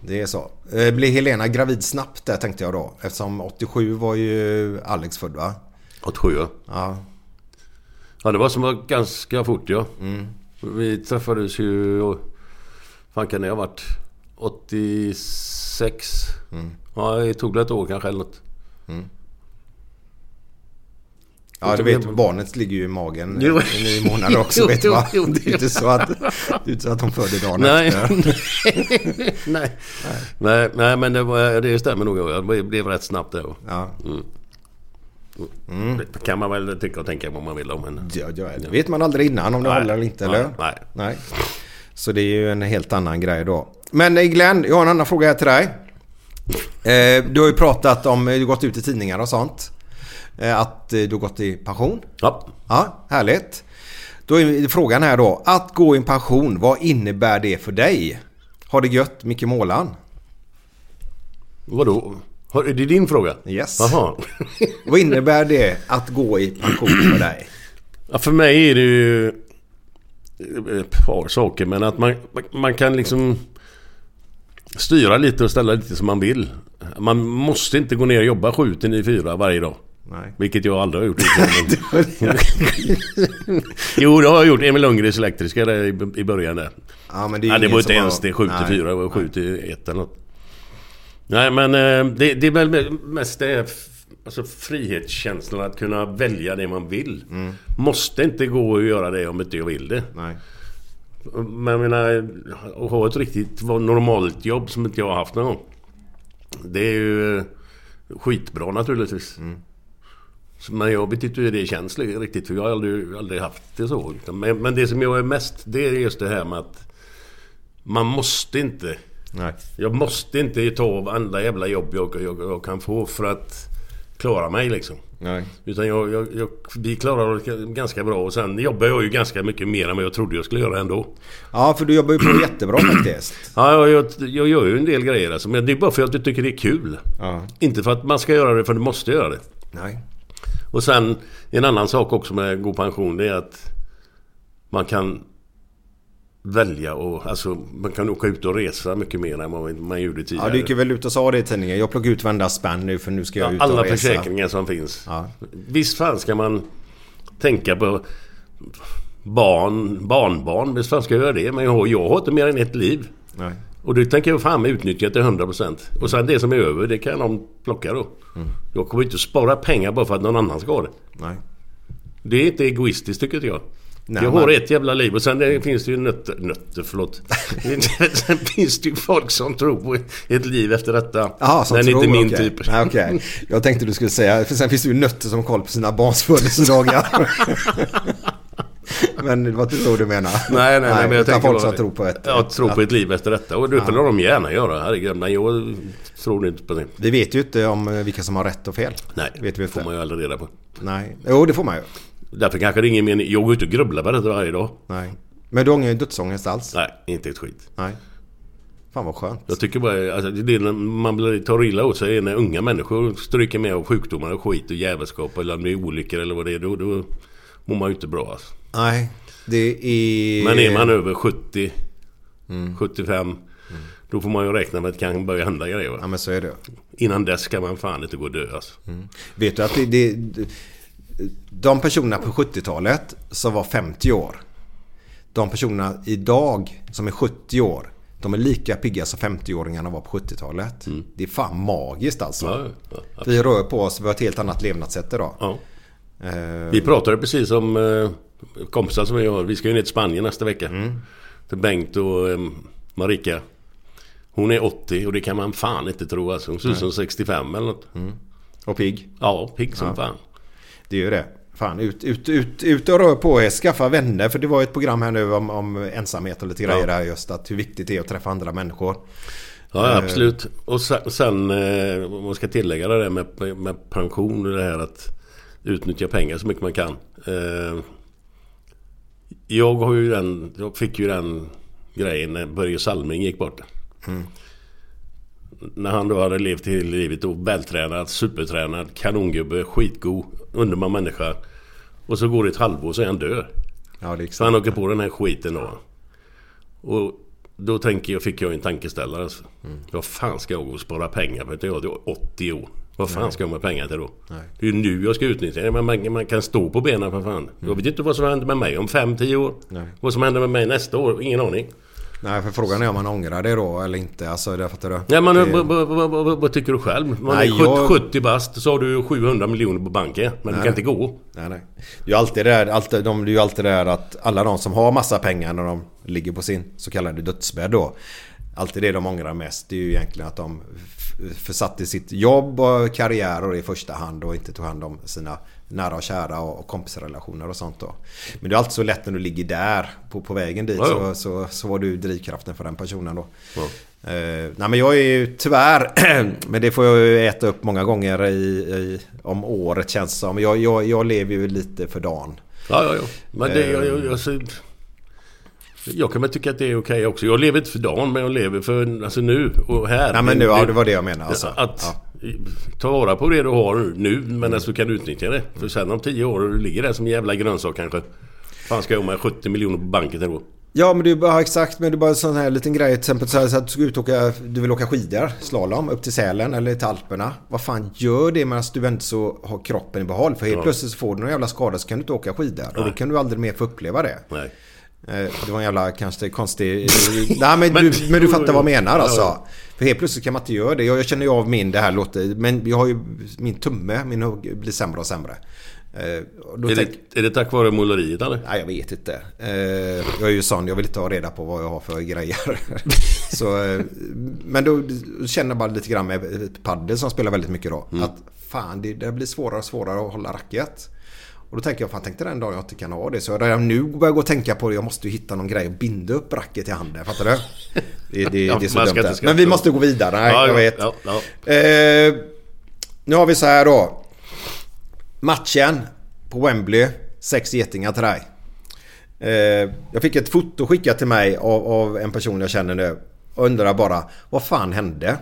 Speaker 2: det är så. Eh, Blev Helena gravid snabbt där tänkte jag då? Eftersom 87 var ju Alex född va?
Speaker 3: 87 ja.
Speaker 2: Ja,
Speaker 3: Ja, det var som var ganska fort ja. Vi träffades ju... och- fan kan det ha varit? 86? Ja, det tog väl ett år kanske eller något.
Speaker 2: ja du vet barnet ligger ju i magen i nio månader också
Speaker 3: Jo,
Speaker 2: vet du va?
Speaker 3: jo, jo,
Speaker 2: Det är inte så att, det är inte så att de födde dagen
Speaker 3: Nej.
Speaker 2: efter.
Speaker 3: nej. nej. Nej, men det, var, det stämmer nog. Det blev rätt snabbt det.
Speaker 2: Ja. Mm.
Speaker 3: Det kan man väl tycka och tänka vad man vill om. Men...
Speaker 2: Ja, ja, det vet man aldrig innan om det
Speaker 3: Nej.
Speaker 2: håller eller inte,
Speaker 3: Nej,
Speaker 2: eller?
Speaker 3: nej.
Speaker 2: Så det är ju en helt annan grej då. Men eh, Glenn, jag har en annan fråga här till dig. Eh, Du har ju pratat om, eh, du har gått ut i tidningar och sånt. Eh, Att eh, du har gått i pension.
Speaker 3: Ja.
Speaker 2: Ja, härligt. Då är frågan här då. Att gå i pension, vad innebär det för dig? Har det gött, Micke Målan?
Speaker 3: Vadå? Har, är det din fråga?
Speaker 2: Yes.
Speaker 3: Jaha.
Speaker 2: Vad innebär det att gå i pension för dig?
Speaker 3: Ja, för mig är det ju eh, ett par saker men att man, man kan liksom styra lite och ställa lite som man vill. Man måste inte gå ner och jobba 7 till 9, 4 varje dag.
Speaker 2: Nej.
Speaker 3: Vilket jag aldrig har gjort. jo, det har jag gjort. Emil Lundgrens elektriska där i- i början där.
Speaker 2: Ja, men
Speaker 3: Det,
Speaker 2: är
Speaker 3: ja, det
Speaker 2: ingen
Speaker 3: var inte
Speaker 2: som har-
Speaker 3: ens det. 7 till
Speaker 2: Nej.
Speaker 3: 4. Det var 7 till 1 eller något. Nej, men eh, det, det är väl mest det här f- alltså frihetskänslan att kunna välja det man vill.
Speaker 2: Mm.
Speaker 3: Måste inte gå och göra det om inte jag vill det.
Speaker 2: Nej.
Speaker 3: Men jag menar, att ha ett riktigt normalt jobb som inte jag har haft någon gång. Det är ju eh, skitbra naturligtvis. Så- Men jag vet inte hur det känns li- riktigt för jag har aldrig, aldrig haft det så. liksom. Men, men det som jag är mest, det är just det här med att man måste inte.
Speaker 2: Nej.
Speaker 3: Jag måste inte ta varenda jävla jobb jag, jag, jag kan få för att klara mig liksom.
Speaker 2: Nej.
Speaker 3: Utan jag, jag, jag, vi klarar oss ganska bra och sen jobbar jag ju ganska mycket mer än vad jag trodde jag skulle göra ändå.
Speaker 2: Ja, för du jobbar ju på jättebra faktiskt.
Speaker 3: Ja, jag, jag, jag gör ju en del grejer alltså, men det är bara för att jag tycker det är kul.
Speaker 2: Ja.
Speaker 3: Inte för att man ska göra det, för du måste göra det.
Speaker 2: Nej.
Speaker 3: Och sen en annan sak också med god pension, det är att man kan välja och alltså man kan åka ut och resa mycket mer än vad man gjorde
Speaker 2: Ja,
Speaker 3: tidigare.
Speaker 2: du gick ju väl ut och sa det i tidningen. Jag plockar ut varenda spänn nu för nu ska jag ut och
Speaker 3: alla
Speaker 2: resa.
Speaker 3: försäkringar som finns.
Speaker 2: Ja.
Speaker 3: Visst fan ska man tänka på barn, barnbarn. Visst fan ska jag göra det. Men jag har, jag har inte mer än ett liv.
Speaker 2: Nej.
Speaker 3: Och det tänker jag fan utnyttja till 100%. Och sen det som är över, det kan de plocka då.
Speaker 2: Mm.
Speaker 3: Jag kommer inte att spara pengar bara för att någon annan ska ha det.
Speaker 2: Nej.
Speaker 3: Det är inte egoistiskt tycker inte jag.
Speaker 2: Nej,
Speaker 3: jag har
Speaker 2: men-
Speaker 3: ett jävla liv och sen det finns det ju nötter, nötter förlåt. sen finns det ju folk som tror på ett liv efter detta.
Speaker 2: Jaha, som
Speaker 3: Den är
Speaker 2: tror,
Speaker 3: inte min
Speaker 2: okej.
Speaker 3: typ.
Speaker 2: Nej, okej. Jag tänkte du skulle säga, för sen finns det ju nötter som har koll på sina barns födelsedagar. men det var inte så du menar.
Speaker 3: Nej, nej, nej, men jag
Speaker 2: utan
Speaker 3: tänker
Speaker 2: folk
Speaker 3: bara-
Speaker 2: som tror på ett...
Speaker 3: Ja, tror på ett liv efter detta. Och det ja. låter de gärna göra. Herregud, men jag tror inte på det.
Speaker 2: Vi vet ju inte om eh, vilka som har rätt och fel.
Speaker 3: Nej,
Speaker 2: vet vi
Speaker 3: det får
Speaker 2: inte.
Speaker 3: man ju aldrig reda på.
Speaker 2: Nej. Jo, det får man ju.
Speaker 3: Därför kanske det är ingen mening. Jag går ut och grubblar på detta varje dag.
Speaker 2: Nej. Men du ångrar ju dödsångest alls.
Speaker 3: Nej, inte ett skit.
Speaker 2: Nej. Fan vad skönt.
Speaker 3: Jag tycker bara alltså, det är när man blir, tar illa åt sig är när unga människor stryker med av sjukdomar och skit och jävelskap eller om det är olyckor eller vad det är. Då, då mår man ju inte bra alltså.
Speaker 2: Nej. Det är... Mm.
Speaker 3: Men är man över 70, 75, då får man ju räkna med att det kan börja hända grejer.
Speaker 2: Ja, Mm.
Speaker 3: Va?
Speaker 2: men så är det.
Speaker 3: Innan dess ska man fan inte gå och dö alltså.
Speaker 2: Vet du att det, det, de personerna på 70-talet som var 50 år. De personerna idag som är 70 år. De är lika pigga som 50-åringarna var på 70-talet. Det är fan magiskt alltså.
Speaker 3: Mm. Ja, ja, ja.
Speaker 2: Vi rör på oss, vi har ett helt annat levnadssätt idag.
Speaker 3: Ja.
Speaker 2: Eh,
Speaker 3: Vi pratade precis om eh, kompisar som vi har. Vi ska ju ner till Spanien nästa vecka. Till Bengt och eh, Marika. Hon är 80 och det kan man fan inte tro alltså. Hon ser ut som 65 eller något.
Speaker 2: och pigg,
Speaker 3: Ja, pigg som fan.
Speaker 2: det är ju det. Fan, ut, ut, ut, ut och rör på er, skaffa vänner. För det var ju ett program här nu om, om ensamhet och lite grejer där just att hur viktigt det är att träffa andra människor.
Speaker 3: Ja, absolut. Och sen, sen eh, om man ska tillägga det där med, med pension och det här att utnyttja pengar så mycket man kan. Eh, Jag, har ju den, jag fick ju den grejen när Börje Salming gick bort. När han då hade levt hela livet och vältränad, supertränad, kanongubbe, skitgod, underbar människa. Och så går det ett halvår så är han död.
Speaker 2: Ja,
Speaker 3: Så
Speaker 2: liksom.
Speaker 3: han åker på den här skiten då. Och då tänker jag, fick jag en tankeställare. Alltså.
Speaker 2: Mm.
Speaker 3: Vad fan ska jag gå och spara pengar på? Jag är 80 år. Vad fan ska jag med pengar till då? Det är ju nu jag ska utnyttja det. Man, man, man kan stå på benen för fan.
Speaker 2: Mm.
Speaker 3: Jag vet inte vad som händer med mig om 5-10 år. Vad som händer med mig nästa år? Ingen aning.
Speaker 2: Nej, för frågan är om man ångrar det då eller inte. Alltså, det fattar du.
Speaker 3: Nej, men
Speaker 2: det...
Speaker 3: vad, vad, vad, vad, vad tycker du själv? Man
Speaker 2: Nej,
Speaker 3: är 70,
Speaker 2: jag-
Speaker 3: 70 bast så har du 700 miljoner på banken. Men du kan inte gå.
Speaker 2: Nej, nej. Det är ju alltid det där, alltid, de, det är ju alltid det där att alla de som har massa pengar när de ligger på sin så kallade dödsbädd då. Alltid det de ångrar mest det är ju egentligen att de f- försatte sitt jobb och karriär och det i första hand och inte tog hand om sina nära och kära och, och kompisrelationer och sånt då. Men det är alltid så lätt när du ligger där på, på vägen dit
Speaker 3: Ja,
Speaker 2: så,
Speaker 3: ja.
Speaker 2: så, så var du drivkraften för den personen då. Eh, nej men jag är ju tyvärr, men det får jag ju äta upp många gånger i, i, om året känns det som. Jag, jag, jag lever ju lite för dagen.
Speaker 3: Ja, ja, ja. Men det, jag,
Speaker 2: Ehm.
Speaker 3: jag, jag, så- jag kan väl tycka att det är okej också. Jag lever inte för dagen, men jag lever för alltså, nu och här.
Speaker 2: Nej men nu, ja, det var det jag menade alltså.
Speaker 3: Att
Speaker 2: Ja.
Speaker 3: ta vara på det du har nu, men alltså, du kan utnyttja det. För sen om tio år, du ligger där som en jävla grönsak kanske. Fan ska jag ha med 70 miljoner på banken då?
Speaker 2: Ja men du bara exakt men du bara sån här liten grej till exempel så, här, så att du ska ut och åka, du vill åka skidor, slalom upp till Sälen eller till Alperna. Vad fan gör det medan du inte så har kroppen i behåll? För helt plötsligt så får du någon jävla skada så kan du inte åka skidor och då kan du aldrig mer få uppleva det.
Speaker 3: Nej.
Speaker 2: Eh, Det var en jävla kanske konstig... Nej men du, men du fattar vad jag menar alltså. För helt plötsligt kan man inte göra det. Jag, jag känner ju av min, det här låter... Men jag har ju min tumme, min hugg blir sämre och sämre. Eh, och Då
Speaker 3: Är
Speaker 2: tänk,
Speaker 3: det, är det tack vare måleriet eller?
Speaker 2: Nej jag vet inte. Eh, Jag är ju sån, jag vill inte ha reda på vad jag har för grejer. Så, eh, men då känner jag bara lite grann med padel som spelar väldigt mycket
Speaker 3: Mm.
Speaker 2: då. Att fan det, det blir svårare och svårare att hålla racket. Och då tänker jag, fan tänkte den dagen jag inte kan ha det. Så jag redan nu börjar gå och tänka på det. Jag måste ju hitta någon grej att binda upp racket i handen. Fattar du? Det, det, det är så
Speaker 3: Man
Speaker 2: dumt
Speaker 3: ska inte
Speaker 2: det.
Speaker 3: skratta.
Speaker 2: Men vi måste gå vidare. Nej,
Speaker 3: Ja,
Speaker 2: jag
Speaker 3: ja,
Speaker 2: vet.
Speaker 3: ja, ja.
Speaker 2: Eh, nu har vi så här då. Matchen på Wembley. Sex getingar till dig. Eh, jag fick ett foto skickat till mig av, av en person jag känner nu. Och undrar bara, vad fan hände?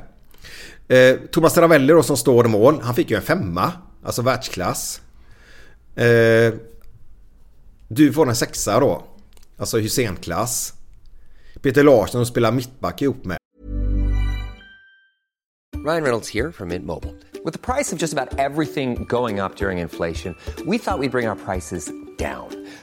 Speaker 2: Eh, Thomas Ravelli då som står i mål, han fick ju en femma. Alltså världsklass. Eh, du får en sexa då. Alltså Hysén-klass. Peter Larsson spelar mittback ihop med.
Speaker 4: Ryan Reynolds here from Mint Mobile. With the price of just about everything going up during inflation, we thought we'd bring our prices down.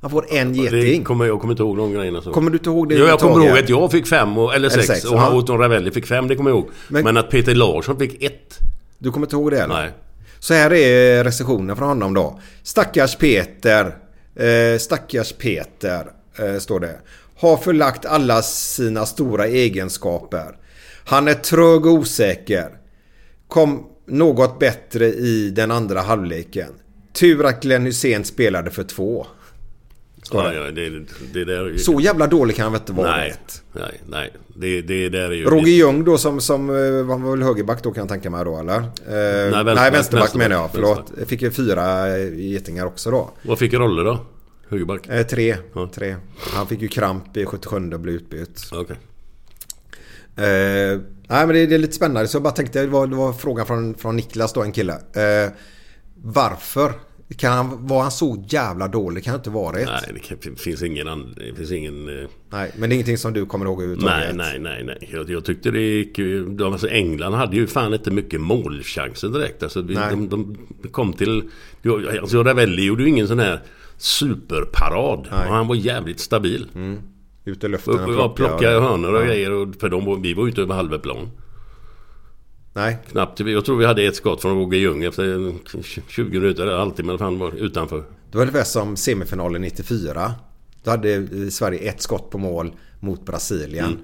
Speaker 2: Han får en
Speaker 3: Det
Speaker 2: geting.
Speaker 3: kommer, jag kommer inte ihåg de grejerna. Så.
Speaker 2: Kommer du inte ihåg det?
Speaker 3: Jo, jag kommer
Speaker 2: överhuvudtaget?
Speaker 3: ihåg att jag fick fem, och, eller sex.
Speaker 2: sex,
Speaker 3: och han
Speaker 2: ja.
Speaker 3: Otton Ravelli fick fem, det kommer jag ihåg.
Speaker 2: Men-
Speaker 3: Men, att Peter Larsson fick ett?
Speaker 2: Du kommer inte ihåg det eller?
Speaker 3: Nej.
Speaker 2: Så här är eh, recensionen från honom då. Stackars Peter. Eh, stackars Peter. Eh, står det. Har förlagt alla sina stora egenskaper. Han är trög och osäker. Kom något bättre i den andra halvleken. Tur att Glenn Hysén spelade för två.
Speaker 3: Ja, ja, det, det där är ju...
Speaker 2: Så jävla dålig kan han väl inte vara?
Speaker 3: nej,
Speaker 2: rätt?
Speaker 3: nej, nej. Det, det där är ju...
Speaker 2: Roger Ljung då som, som eh, han var väl högerback då kan jag tänka mig då eller? Eh, nej,
Speaker 3: vänsterback,
Speaker 2: nej vänsterback
Speaker 3: vänsterback,
Speaker 2: menar jag. Förlåt.
Speaker 3: vänsterback.
Speaker 2: Fick ju fyra eh, getingar också då.
Speaker 3: Vad fick Rolle då? Högerback?
Speaker 2: Eh, tre.
Speaker 3: Ja.
Speaker 2: tre. Han fick ju kramp i 77 och blev utbytt.
Speaker 3: Okej.
Speaker 2: Eh, nej men det, det är lite spännande. Så jag bara tänkte, det var, det var frågan från, från Niklas då, en kille. Eh, varför? Kan han, var han så jävla dålig? Kan han inte vara det?
Speaker 3: Nej, det kan- finns ingen... and- Det finns ingen eh,
Speaker 2: Nej, Men det är ingenting som du kommer ihåg
Speaker 3: Nej,
Speaker 2: överhuvudtaget?
Speaker 3: nej, nej, nej. Jag, jag tyckte det gick ju... De, alltså England hade ju fan inte mycket målchanser direkt. Alltså, vi,
Speaker 2: Nej.
Speaker 3: de, de kom till... jag- Alltså, Ravelli gjorde ju ingen sån här superparad.
Speaker 2: Nej. Mm,
Speaker 3: Och han var jävligt stabil.
Speaker 2: Ut i luften
Speaker 3: Upp, ja, plocka hönor och grejer. Och, för de, var- vi var ju inte över halva plan.
Speaker 2: Nej.
Speaker 3: Knappt. Jag tror vi hade ett skott från Roger Ljung efter en 20 minuter. eller Alltid, men han var utanför.
Speaker 2: Det var ungefär som semifinalen 94. Då hade eh, Sverige ett skott på mål mot Brasilien.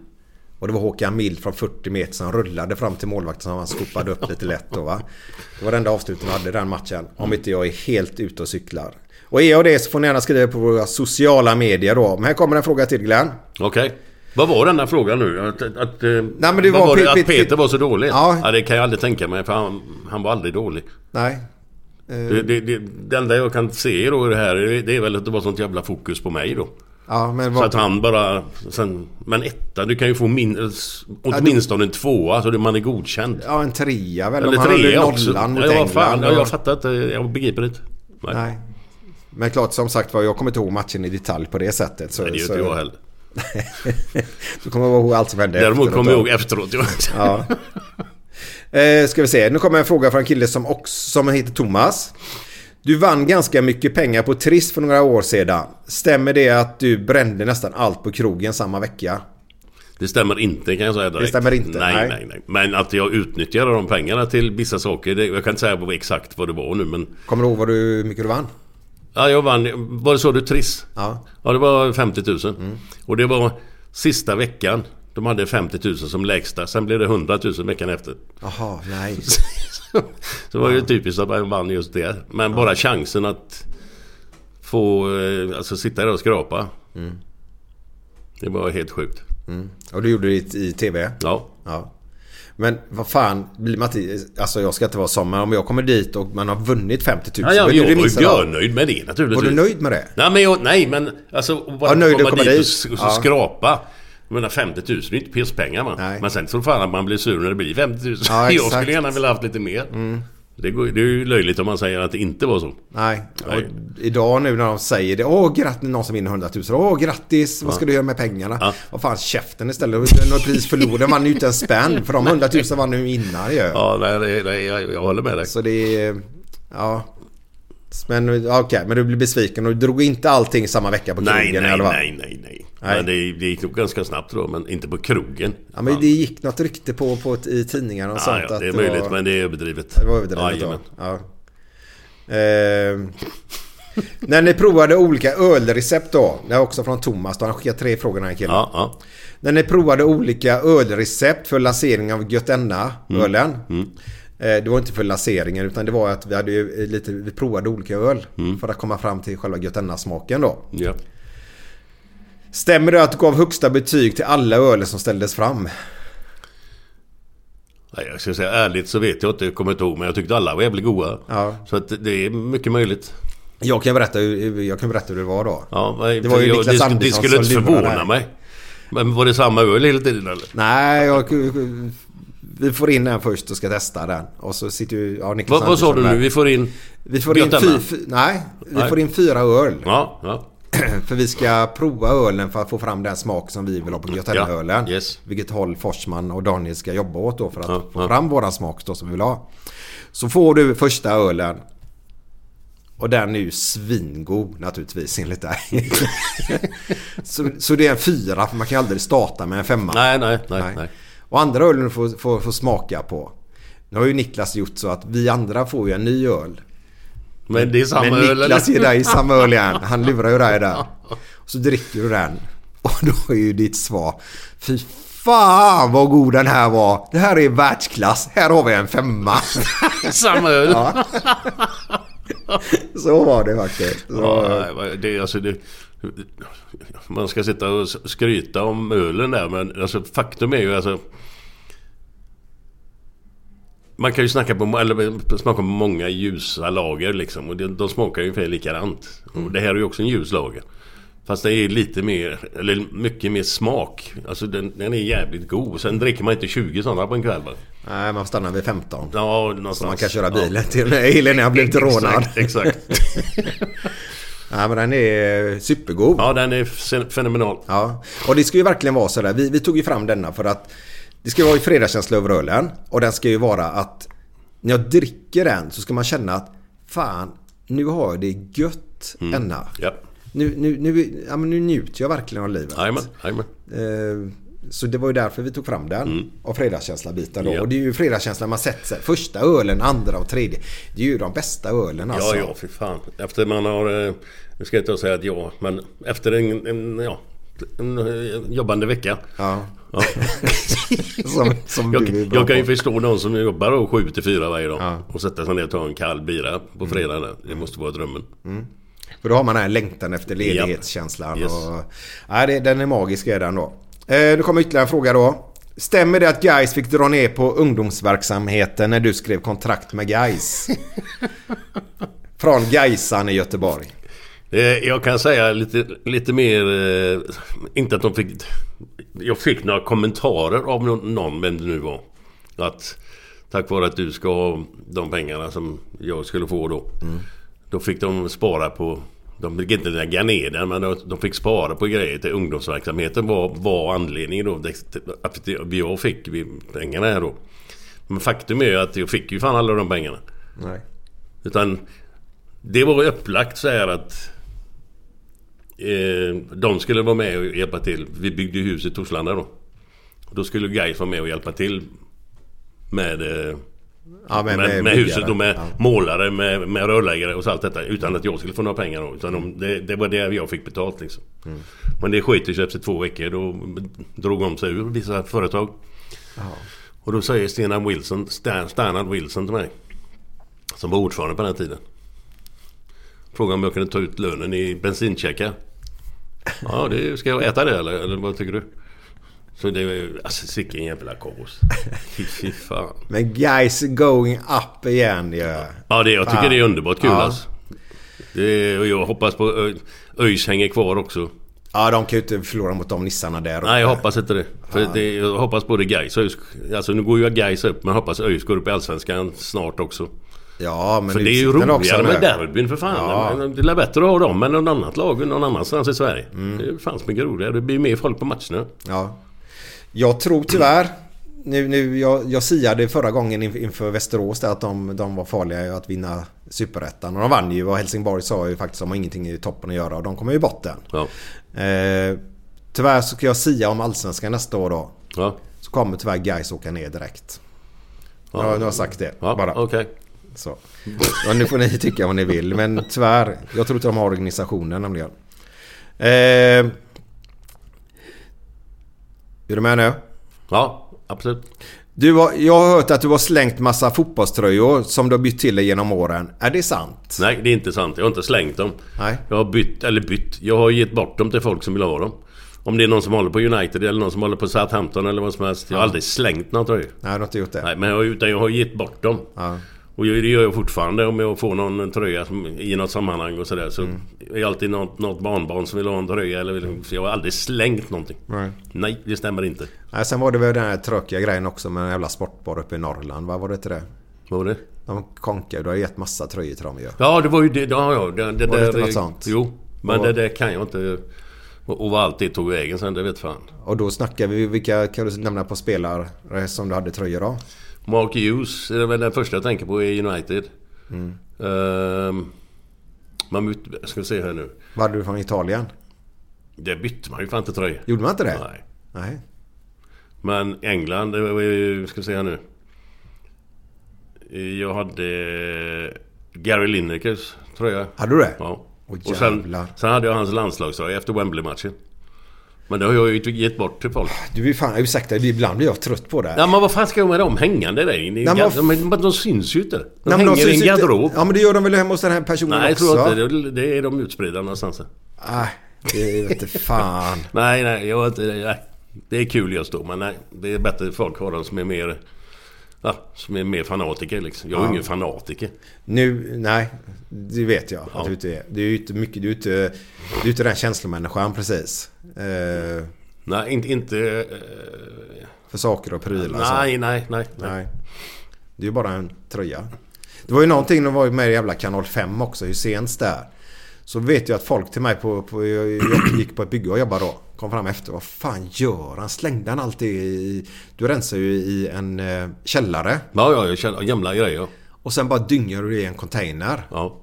Speaker 2: Och det var Håkan Mild från 40 meter som rullade fram till målvakten som han skopade upp lite lätt då va. Det var det enda avslutet vi hade i den matchen. Om inte jag är helt ute och cyklar. Och är jag det så får ni gärna skriva på våra sociala medier då. Men här kommer en fråga till Glenn.
Speaker 3: Okej. Vad var den där frågan nu? Att, att, att, eh,
Speaker 2: Nej, men det
Speaker 3: vad
Speaker 2: var Pe-
Speaker 3: var det?
Speaker 2: Pe-
Speaker 3: Att Peter
Speaker 2: Pe-
Speaker 3: var så dålig?
Speaker 2: Ja.
Speaker 3: Ja. det kan jag aldrig tänka mig för han, han var aldrig dålig.
Speaker 2: Nej. Eh.
Speaker 3: Det, det, det, det enda jag kan se då i det här det det är väl att det var sånt jävla fokus på mig då.
Speaker 2: Ja men
Speaker 3: Så att
Speaker 2: vad...
Speaker 3: han bara... Sen, men etta, du kan ju få min, eh, åtminstone en tvåa så det- man är godkänd.
Speaker 2: Ja en trea väl? om
Speaker 3: Eller
Speaker 2: han
Speaker 3: trea
Speaker 2: höll
Speaker 3: också.
Speaker 2: nollan mot
Speaker 3: Ja,
Speaker 2: England.
Speaker 3: jag, fan, ja,
Speaker 2: och-
Speaker 3: jag fattar inte, jag begriper inte. Nej, Nej.
Speaker 2: Nej. Men klart som sagt var jag kommer inte ihåg matchen i detalj på det sättet. Så,
Speaker 3: det är ju
Speaker 2: så,
Speaker 3: inte jag heller.
Speaker 2: Så kommer jag ihåg allt som hände.
Speaker 3: Däremot
Speaker 2: efteråt
Speaker 3: kommer jag
Speaker 2: då.
Speaker 3: ihåg efteråt. Ja.
Speaker 2: Ja. Eh, ska vi se, nu kommer en fråga från en kille som, också, som heter Thomas. Du vann ganska mycket pengar på Triss för några år sedan. Stämmer det att du brände nästan allt på krogen samma vecka?
Speaker 3: Det stämmer inte kan jag säga direkt.
Speaker 2: stämmer inte,
Speaker 3: Nej,
Speaker 2: nej.
Speaker 3: nej, nej. Men att jag utnyttjade de pengarna till vissa saker. Det, jag kan inte säga vad- exakt vad det var nu men...
Speaker 2: Kommer du ihåg vad du, hur mycket du vann?
Speaker 3: Ja, jag vann. Var det så du Triss?
Speaker 2: Ja. Mm.
Speaker 3: Ja, det var 50 000. Och det var sista veckan. De hade 50 000 som lägsta. Sen blev det 100 000 veckan efter.
Speaker 2: Jaha, nej.
Speaker 3: Så det var ju typiskt att man vann just det. Men bara chansen att få... eh, Alltså sitta där och skrapa.
Speaker 2: Mm.
Speaker 3: Det var helt sjukt.
Speaker 2: Och du gjorde det i, i TV?
Speaker 3: Ja.
Speaker 2: Ja. Men vad fan, blir man inte, alltså jag ska inte vara sån, men om jag kommer dit och man har vunnit 50 000.
Speaker 3: Ja, ja,
Speaker 2: vill du
Speaker 3: jag var ju
Speaker 2: missa då?
Speaker 3: görnöjd med det
Speaker 2: Var
Speaker 3: naturligtvis.
Speaker 2: du nöjd med det?
Speaker 3: Nej men, jag, nej, men alltså att bara
Speaker 2: Ja, nöjd att
Speaker 3: komma
Speaker 2: komma
Speaker 3: dit,
Speaker 2: dit.
Speaker 3: och, s- och så
Speaker 2: Ja.
Speaker 3: skrapa. Jag menar 50 000 det är ju inte pisspengar man.
Speaker 2: Nej.
Speaker 3: Men sen tror fan att man blir sur när det blir 50 000.
Speaker 2: Ja,
Speaker 3: jag
Speaker 2: exakt. Mm.
Speaker 3: skulle gärna vilja haft lite mer. Det, går, det är ju löjligt om man säger att det inte var så.
Speaker 2: Nej.
Speaker 3: Nej.
Speaker 2: Och idag nu när de säger det. Åh grattis, någon som vinner 100 000. Åh grattis, vad ska du göra med pengarna?
Speaker 3: Ja.
Speaker 2: Vad fan, käften istället. Något pris förlorade man ju inte en spänn. För de 100 000 vann ju innan ju.
Speaker 3: Ja, nej, nej, nej jag, jag håller med dig.
Speaker 2: Så det är... Ja. Men okej, men du blev besviken och du drog inte allting samma vecka på krogen
Speaker 3: Nej, nej,
Speaker 2: i alla fall.
Speaker 3: nej, nej, nej. Men det, det gick nog ganska snabbt då, men inte på krogen.
Speaker 2: Ja, men
Speaker 3: Fan.
Speaker 2: det gick något rykte på, på ett, i tidningarna och sånt
Speaker 3: ja, ja,
Speaker 2: att
Speaker 3: det är möjligt,
Speaker 2: var,
Speaker 3: men det är överdrivet.
Speaker 2: det var överdrivet
Speaker 3: Jajamän.
Speaker 2: då. Ja. Ehm. när ni provade olika ölrecept då. Det är också från Thomas. Då han skickat tre frågor den här killen.
Speaker 3: Ja, ja.
Speaker 2: När ni provade olika ölrecept för lansering av
Speaker 3: Mm.
Speaker 2: Götenna-ölen. Eh, Det var inte för lanseringen utan det var att vi, hade ju lite, vi provade olika öl
Speaker 3: Mm.
Speaker 2: för att komma fram till själva Götenna-smaken då.
Speaker 3: ja.
Speaker 2: Stämmer det att du gav högsta betyg till alla öler som ställdes fram?
Speaker 3: Nej, jag ska säga ärligt så vet jag inte, jag kommer inte ihåg, men jag tyckte alla var jävligt goda.
Speaker 2: Ja.
Speaker 3: Så att det är mycket möjligt.
Speaker 2: Jag kan berätta hur, jag kan berätta hur det var då.
Speaker 3: Ja, nej,
Speaker 2: det var ju
Speaker 3: jag,
Speaker 2: Niklas
Speaker 3: det, sk- det
Speaker 2: Andersson
Speaker 3: skulle inte
Speaker 2: som lurade
Speaker 3: förvåna
Speaker 2: här.
Speaker 3: mig. Men var det samma öl hela tiden eller?
Speaker 2: Nej, jag, vi får in den först och ska testa den. Och så sitter ju ja, Niklas
Speaker 3: Vad, vad sa
Speaker 2: Andersson
Speaker 3: du nu?
Speaker 2: där.
Speaker 3: Vi får in...
Speaker 2: Vi får in,
Speaker 3: Götenna?
Speaker 2: fy, fy, nej, vi
Speaker 3: Nej.
Speaker 2: får in fyra öl.
Speaker 3: Ja, ja.
Speaker 2: För vi ska prova ölen för att få fram den smak som vi vill ha på Götelleölen.
Speaker 3: Ja, yes.
Speaker 2: Vilket håll Forsman och Daniel ska jobba åt då för att
Speaker 3: Ja,
Speaker 2: få
Speaker 3: ja.
Speaker 2: fram våran smak då som vi vill ha. Så får du första ölen. Och den är ju svingod naturligtvis enligt dig. så, så det är en fyra för man kan ju aldrig starta med en femma.
Speaker 3: Nej, nej, nej, nej.
Speaker 2: Och andra ölen du får, får, får smaka på. Nu har ju Niklas gjort så att vi andra får ju en ny öl.
Speaker 3: Men det är samma
Speaker 2: Men
Speaker 3: öl
Speaker 2: Niklas ger
Speaker 3: eller?
Speaker 2: dig samma öl igen. Han lurar ju dig där. Och så dricker du den. Och då är ju ditt svar. Fy fan vad god den här var. Det här är världsklass. Här har vi en femma.
Speaker 3: samma öl? Ja,
Speaker 2: Så var det faktiskt. Så,
Speaker 3: nej, det, alltså, det, Man ska sitta och s- skryta om ölen där men alltså, faktum är ju alltså... Man kan ju snacka på, eller, eh, smaka på många ljusa lager liksom och de, de smakar ju ungefär likadant.
Speaker 2: Mm.
Speaker 3: Och det här är ju också en ljus lager. Fast det är lite mer, eller mycket mer smak. Alltså den, den är jävligt god. Sen dricker man inte 20 sådana på en kväll va?
Speaker 2: Nej, man stannar vid 15.
Speaker 3: Ja, någonstans.
Speaker 2: Så man kan köra
Speaker 3: Ja.
Speaker 2: bilen till bilen när jag blir inte rånad.
Speaker 3: Exakt, exakt.
Speaker 2: Nej, men den är supergod.
Speaker 3: Ja, den är f- fenomenal.
Speaker 2: Ja, och det ska ju verkligen vara sådär. Vi, vi tog ju fram denna för att det ska ju vara ju fredagskänsla över ölen. Och den ska ju vara att när jag dricker den så ska man känna att fan, nu har jag det gött denna.
Speaker 3: Mm. Ja.
Speaker 2: Nu, nu, nu, ja, men nu njuter jag verkligen av livet.
Speaker 3: Jajamän, jajamän.
Speaker 2: Eh, Så det var ju därför vi tog fram den. Och fredagskänsla-biten då.
Speaker 3: Mm. Ja.
Speaker 2: Och det är ju fredagskänslan man sätter sig. Första ölen, andra och tredje. Det är ju de bästa ölen alltså.
Speaker 3: Ja, ja, för fan. Efter man har... eh, Nu ska jag inte säga att ja, men efter en, en, ja, en eh, jobbande vecka.
Speaker 2: Ja.
Speaker 3: Ja.
Speaker 2: Som, som
Speaker 3: Jag,
Speaker 2: du är bra
Speaker 3: jag kan ju
Speaker 2: på.
Speaker 3: förstå någon som jobbar då 7 till 4 varje dag och sätta sig ner och ta en kall bira på
Speaker 2: Mm.
Speaker 3: fredagen. Det måste vara drömmen.
Speaker 2: För då har man den här längtan efter ledighetskänslan.
Speaker 3: Yes.
Speaker 2: Och, nej, det, den är magisk är den då. Eh, nu kommer ytterligare en fråga då. Stämmer det att Gais fick dra ner på ungdomsverksamheten när du skrev kontrakt med Gais? Från Gaisan i Göteborg.
Speaker 3: Eh, Jag kan säga lite, lite mer... eh, Inte att de fick... Jag fick några kommentarer av någon, någon, vem det nu var. Att tack vare att du ska ha de pengarna som jag skulle få då. Då fick de spara på... De fick inte lägga ner den men de- de fick spara på grejer till ungdomsverksamheten var, var anledningen då. det- Att jag fick pengarna här då. Men faktum är ju att jag fick ju fan alla de pengarna.
Speaker 2: Nej.
Speaker 3: Utan det var upplagt så här att eh, de skulle vara med och hjälpa till. Vi byggde ju hus i Torslanda då. Då skulle Gais vara med och hjälpa till med, eh,
Speaker 2: Ja,
Speaker 3: med, med,
Speaker 2: byggaren.
Speaker 3: huset och med
Speaker 2: Ja.
Speaker 3: målare, med, med rörläggare och så allt detta. Utan att jag skulle få några pengar då. Utan de, det, det var det jag fick betalt liksom.
Speaker 2: Mm.
Speaker 3: Men det skiter sig efter två veckor. Då drog de sig ur vissa företag. Och då säger Stena Wilson, Stan, Stannard Wilson till mig. Som var ordförande på den här tiden. Frågade om jag kunde ta ut lönen i bensincheckar. Ja, det, ska jag äta det eller, eller vad tycker du? Så det var ju... Alltså sicken jävla kaos. Fy, fy fan.
Speaker 2: Men Gais going up igen ju.
Speaker 3: Ja, det, jag tycker
Speaker 2: Fan.
Speaker 3: det är underbart kul
Speaker 2: Ja.
Speaker 3: alltså. Det, och jag hoppas på Ö- ÖIS hänger kvar också.
Speaker 2: Ja, de kan ju inte förlora mot de nissarna där
Speaker 3: Nej, jag hoppas inte det. För det jag hoppas både Gais och ÖIS. Alltså nu går ju Gais upp, men jag hoppas ÖIS går upp i Allsvenskan snart också.
Speaker 2: Ja, men
Speaker 3: För det är ju
Speaker 2: Utsikten också
Speaker 3: roligare med
Speaker 2: nu.
Speaker 3: derbyn för fan. Det är bättre att ha dem än något annat lag någon annanstans i Sverige.
Speaker 2: Mm.
Speaker 3: Det är fan så mycket roligare. Det blir mer folk på matcherna.
Speaker 2: Ja. Jag tror tyvärr. Nu, nu, jag, jag siade förra gången inf- inför Västerås där att de, de var farliga att vinna Superettan. Och de vann ju och Helsingborg sa ju faktiskt att de har ingenting i toppen att göra och de kommer ju bort den.
Speaker 3: Ja.
Speaker 2: Eh, tyvärr så ska jag sia om Allsvenskan nästa år då.
Speaker 3: Ja.
Speaker 2: Så kommer tyvärr Gais åka ner direkt. Ja, nu har jag sagt det
Speaker 3: Ja,
Speaker 2: bara.
Speaker 3: okej.
Speaker 2: Så. Ja, nu får ni tycka vad ni vill men tyvärr. Jag tror inte de har organisationen nämligen. Eh, är du med nu?
Speaker 3: Ja, absolut.
Speaker 2: Du har, jag har hört att du har slängt massa fotbollströjor som du har bytt till dig genom åren. Är det sant?
Speaker 3: Nej, det är inte sant. Jag har inte slängt dem.
Speaker 2: Nej.
Speaker 3: Jag har bytt, eller bytt. Jag har gett bort dem till folk som vill ha dem. Om det är någon som håller på United eller någon som håller på Southampton eller vad som helst. Jag har aldrig slängt några tröjor.
Speaker 2: Nej, du har inte gjort det.
Speaker 3: Nej, men jag, har- utan jag har gett bort dem. Och det gör jag fortfarande om jag får någon tröja som, i något sammanhang och sådär.
Speaker 2: Mm.
Speaker 3: Så är det alltid något, något barnbarn som vill ha en tröja eller vill, så Jag har aldrig slängt någonting.
Speaker 2: Nej.
Speaker 3: Nej, det stämmer inte.
Speaker 2: Nej, sen var det väl den här tråkiga grejen också med en jävla sportbar uppe i Norrland. Vad var det till det?
Speaker 3: Vad var det?
Speaker 2: De konkar, du har gett massa tröjor till dem ju.
Speaker 3: Ja, det var ju det. Ja, ja. Det, det
Speaker 2: Var det
Speaker 3: där,
Speaker 2: inte något sånt?
Speaker 3: Jo, men
Speaker 2: Och-
Speaker 3: det där kan jag inte. Och, och vad allt det tog vägen sen, det vet fan.
Speaker 2: Och då snackar vi, vilka kan du nämna på spelare som du hade tröjor av?
Speaker 3: Mark Hughes är väl den första jag tänker på i United.
Speaker 2: Mm.
Speaker 3: Ehm, man bytte, jag ska se här nu.
Speaker 2: Vad hade du från Italien?
Speaker 3: Där bytte man ju fan inte tröja.
Speaker 2: Gjorde man inte det?
Speaker 3: Nej.
Speaker 2: Nej.
Speaker 3: Men England, det var ju, ska vi se här nu. Jag hade Gary Linekers tröja.
Speaker 2: Hade du det?
Speaker 3: Ja.
Speaker 2: Åh,
Speaker 3: och sen,
Speaker 2: jävlar.
Speaker 3: sen hade jag hans landslagströja efter Wembley-matchen. Men det har jag ju gett bort till folk.
Speaker 2: Du är fan, ursäkta, ibland blir jag trött på det.
Speaker 3: Ja men vad fan ska jag med dem hängande där inne? i
Speaker 2: Nej, men
Speaker 3: gard-
Speaker 2: vad f-
Speaker 3: de, de syns ju inte. De
Speaker 2: Nej, men alltså,
Speaker 3: hänger
Speaker 2: de
Speaker 3: i
Speaker 2: syns
Speaker 3: en
Speaker 2: inte-
Speaker 3: garderob.
Speaker 2: Ja men det gör de väl hemma hos den här personen
Speaker 3: Nej, jag
Speaker 2: också?
Speaker 3: tror inte det. Det är de utspridda någonstans.
Speaker 2: Nej, Det vet inte fan.
Speaker 3: Nej, nej, jag var inte, nej. Det är kul just då, men nej. Det är bättre folk har dem som är mer... Ja, som är mer fanatiker liksom. Jag är
Speaker 2: Ja.
Speaker 3: ingen fanatiker.
Speaker 2: Nu, nej. Det vet jag
Speaker 3: Ja.
Speaker 2: att du inte är. Du är ju inte mycket, du är inte, du är inte den känslomänniskan precis. Eh,
Speaker 3: Nej, inte... inte eh,
Speaker 2: för saker och prylar. och
Speaker 3: nej, nej, nej, nej.
Speaker 2: Nej. Det är ju bara en tröja. Det var ju någonting, de var ju med i jävla kanal 5 också, Hyséns där. Så vet jag att folk till mig på, på jag jag gick på ett bygge och jobbade då. Kom fram efter, vad fan gör han? Slängde han allt det i... Du rensar ju i en eh, källare.
Speaker 3: Ja, ja, jag känner gamla grejer.
Speaker 2: Och sen bara dyngar du det i en container.
Speaker 3: Ja.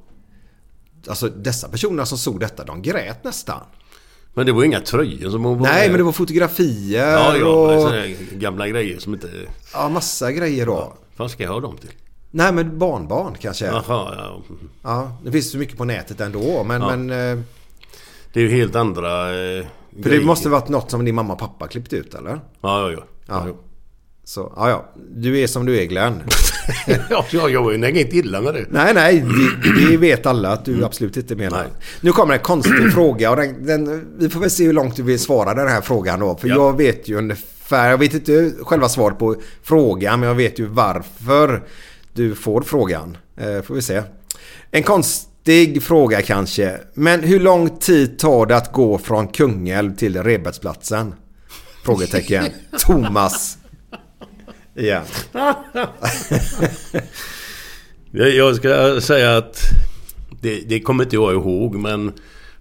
Speaker 2: Alltså dessa personer som såg detta, de grät nästan.
Speaker 3: Men det var ju inga tröjor som hon
Speaker 2: Nej, men det var fotografier
Speaker 3: Ja, ja, men det är
Speaker 2: och...
Speaker 3: såna här gamla grejer som inte...
Speaker 2: Ja, massa grejer då.
Speaker 3: Vad ska jag ha dem till?
Speaker 2: Nej, men barnbarn kanske.
Speaker 3: Jaha,
Speaker 2: Ja.
Speaker 3: ja.
Speaker 2: det finns så mycket på nätet ändå, men...
Speaker 3: Ja.
Speaker 2: men eh,
Speaker 3: Det är ju helt andra eh,
Speaker 2: För det måste varit något som din mamma och pappa klippt ut eller?
Speaker 3: Ja, ja, ja.
Speaker 2: Ja. Så, ja, ja. Du är som du är Glenn.
Speaker 3: ja. ja jag var ju inget illa med det.
Speaker 2: nej, nej. Det, det vet alla att du absolut inte menar.
Speaker 3: Mm. Nej.
Speaker 2: Nu kommer en konstig fråga och den, den, vi får väl se hur långt du vill svara den här frågan då. För
Speaker 3: Ja.
Speaker 2: jag vet ju ungefär, jag vet inte själva svaret på frågan men jag vet ju varför du får frågan. Eh, får vi se. En konstig fråga kanske. Men hur lång tid tar det att gå från Kungälv till Rebetsplatsen? Frågetecken. Thomas. Igen.
Speaker 3: Jag, jag ska säga att det, det kommer inte jag ihåg men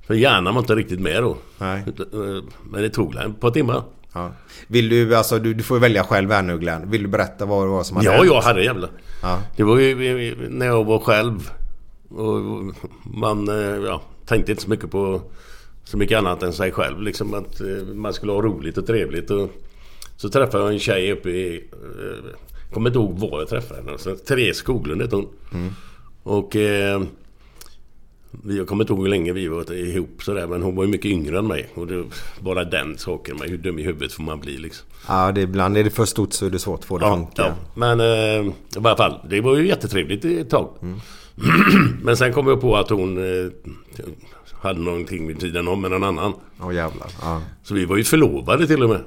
Speaker 3: för hjärnan var inte riktigt med då.
Speaker 2: Nej.
Speaker 3: Utan, eh, Men det tog väl ett par timmar.
Speaker 2: Ja. Vill du, alltså du, du får välja själv här nu Glenn. Vill du berätta vad det var som hade
Speaker 3: Ja,
Speaker 2: hänt?
Speaker 3: ja, herrejävlar.
Speaker 2: Ja.
Speaker 3: Det var ju när jag var själv. Och man eh, ja, tänkte inte så mycket på så mycket annat än sig själv. Liksom att eh, man skulle ha roligt och trevligt. Och så träffade jag en tjej uppe i... eh, Kommer inte ihåg var jag träffade henne. Så Therese Skoglund hette hon.
Speaker 2: Mm.
Speaker 3: Och... Eh, vi- jag kommer inte ihåg hur länge vi var ihop sådär men hon var ju mycket yngre än mig. Och det, bara den saken. Men hur dum i huvudet får man bli liksom.
Speaker 2: Ja, det, är ibland är det för stort så är det svårt att få det att funka.
Speaker 3: Ja, men eh, i varje fall, det var ju jättetrevligt ett tag.
Speaker 2: Mm.
Speaker 3: men sen kom jag på att hon eh, hade någonting vid sidan om med någon annan.
Speaker 2: Åh jävlar. Ja.
Speaker 3: Så vi var ju förlovade till och med.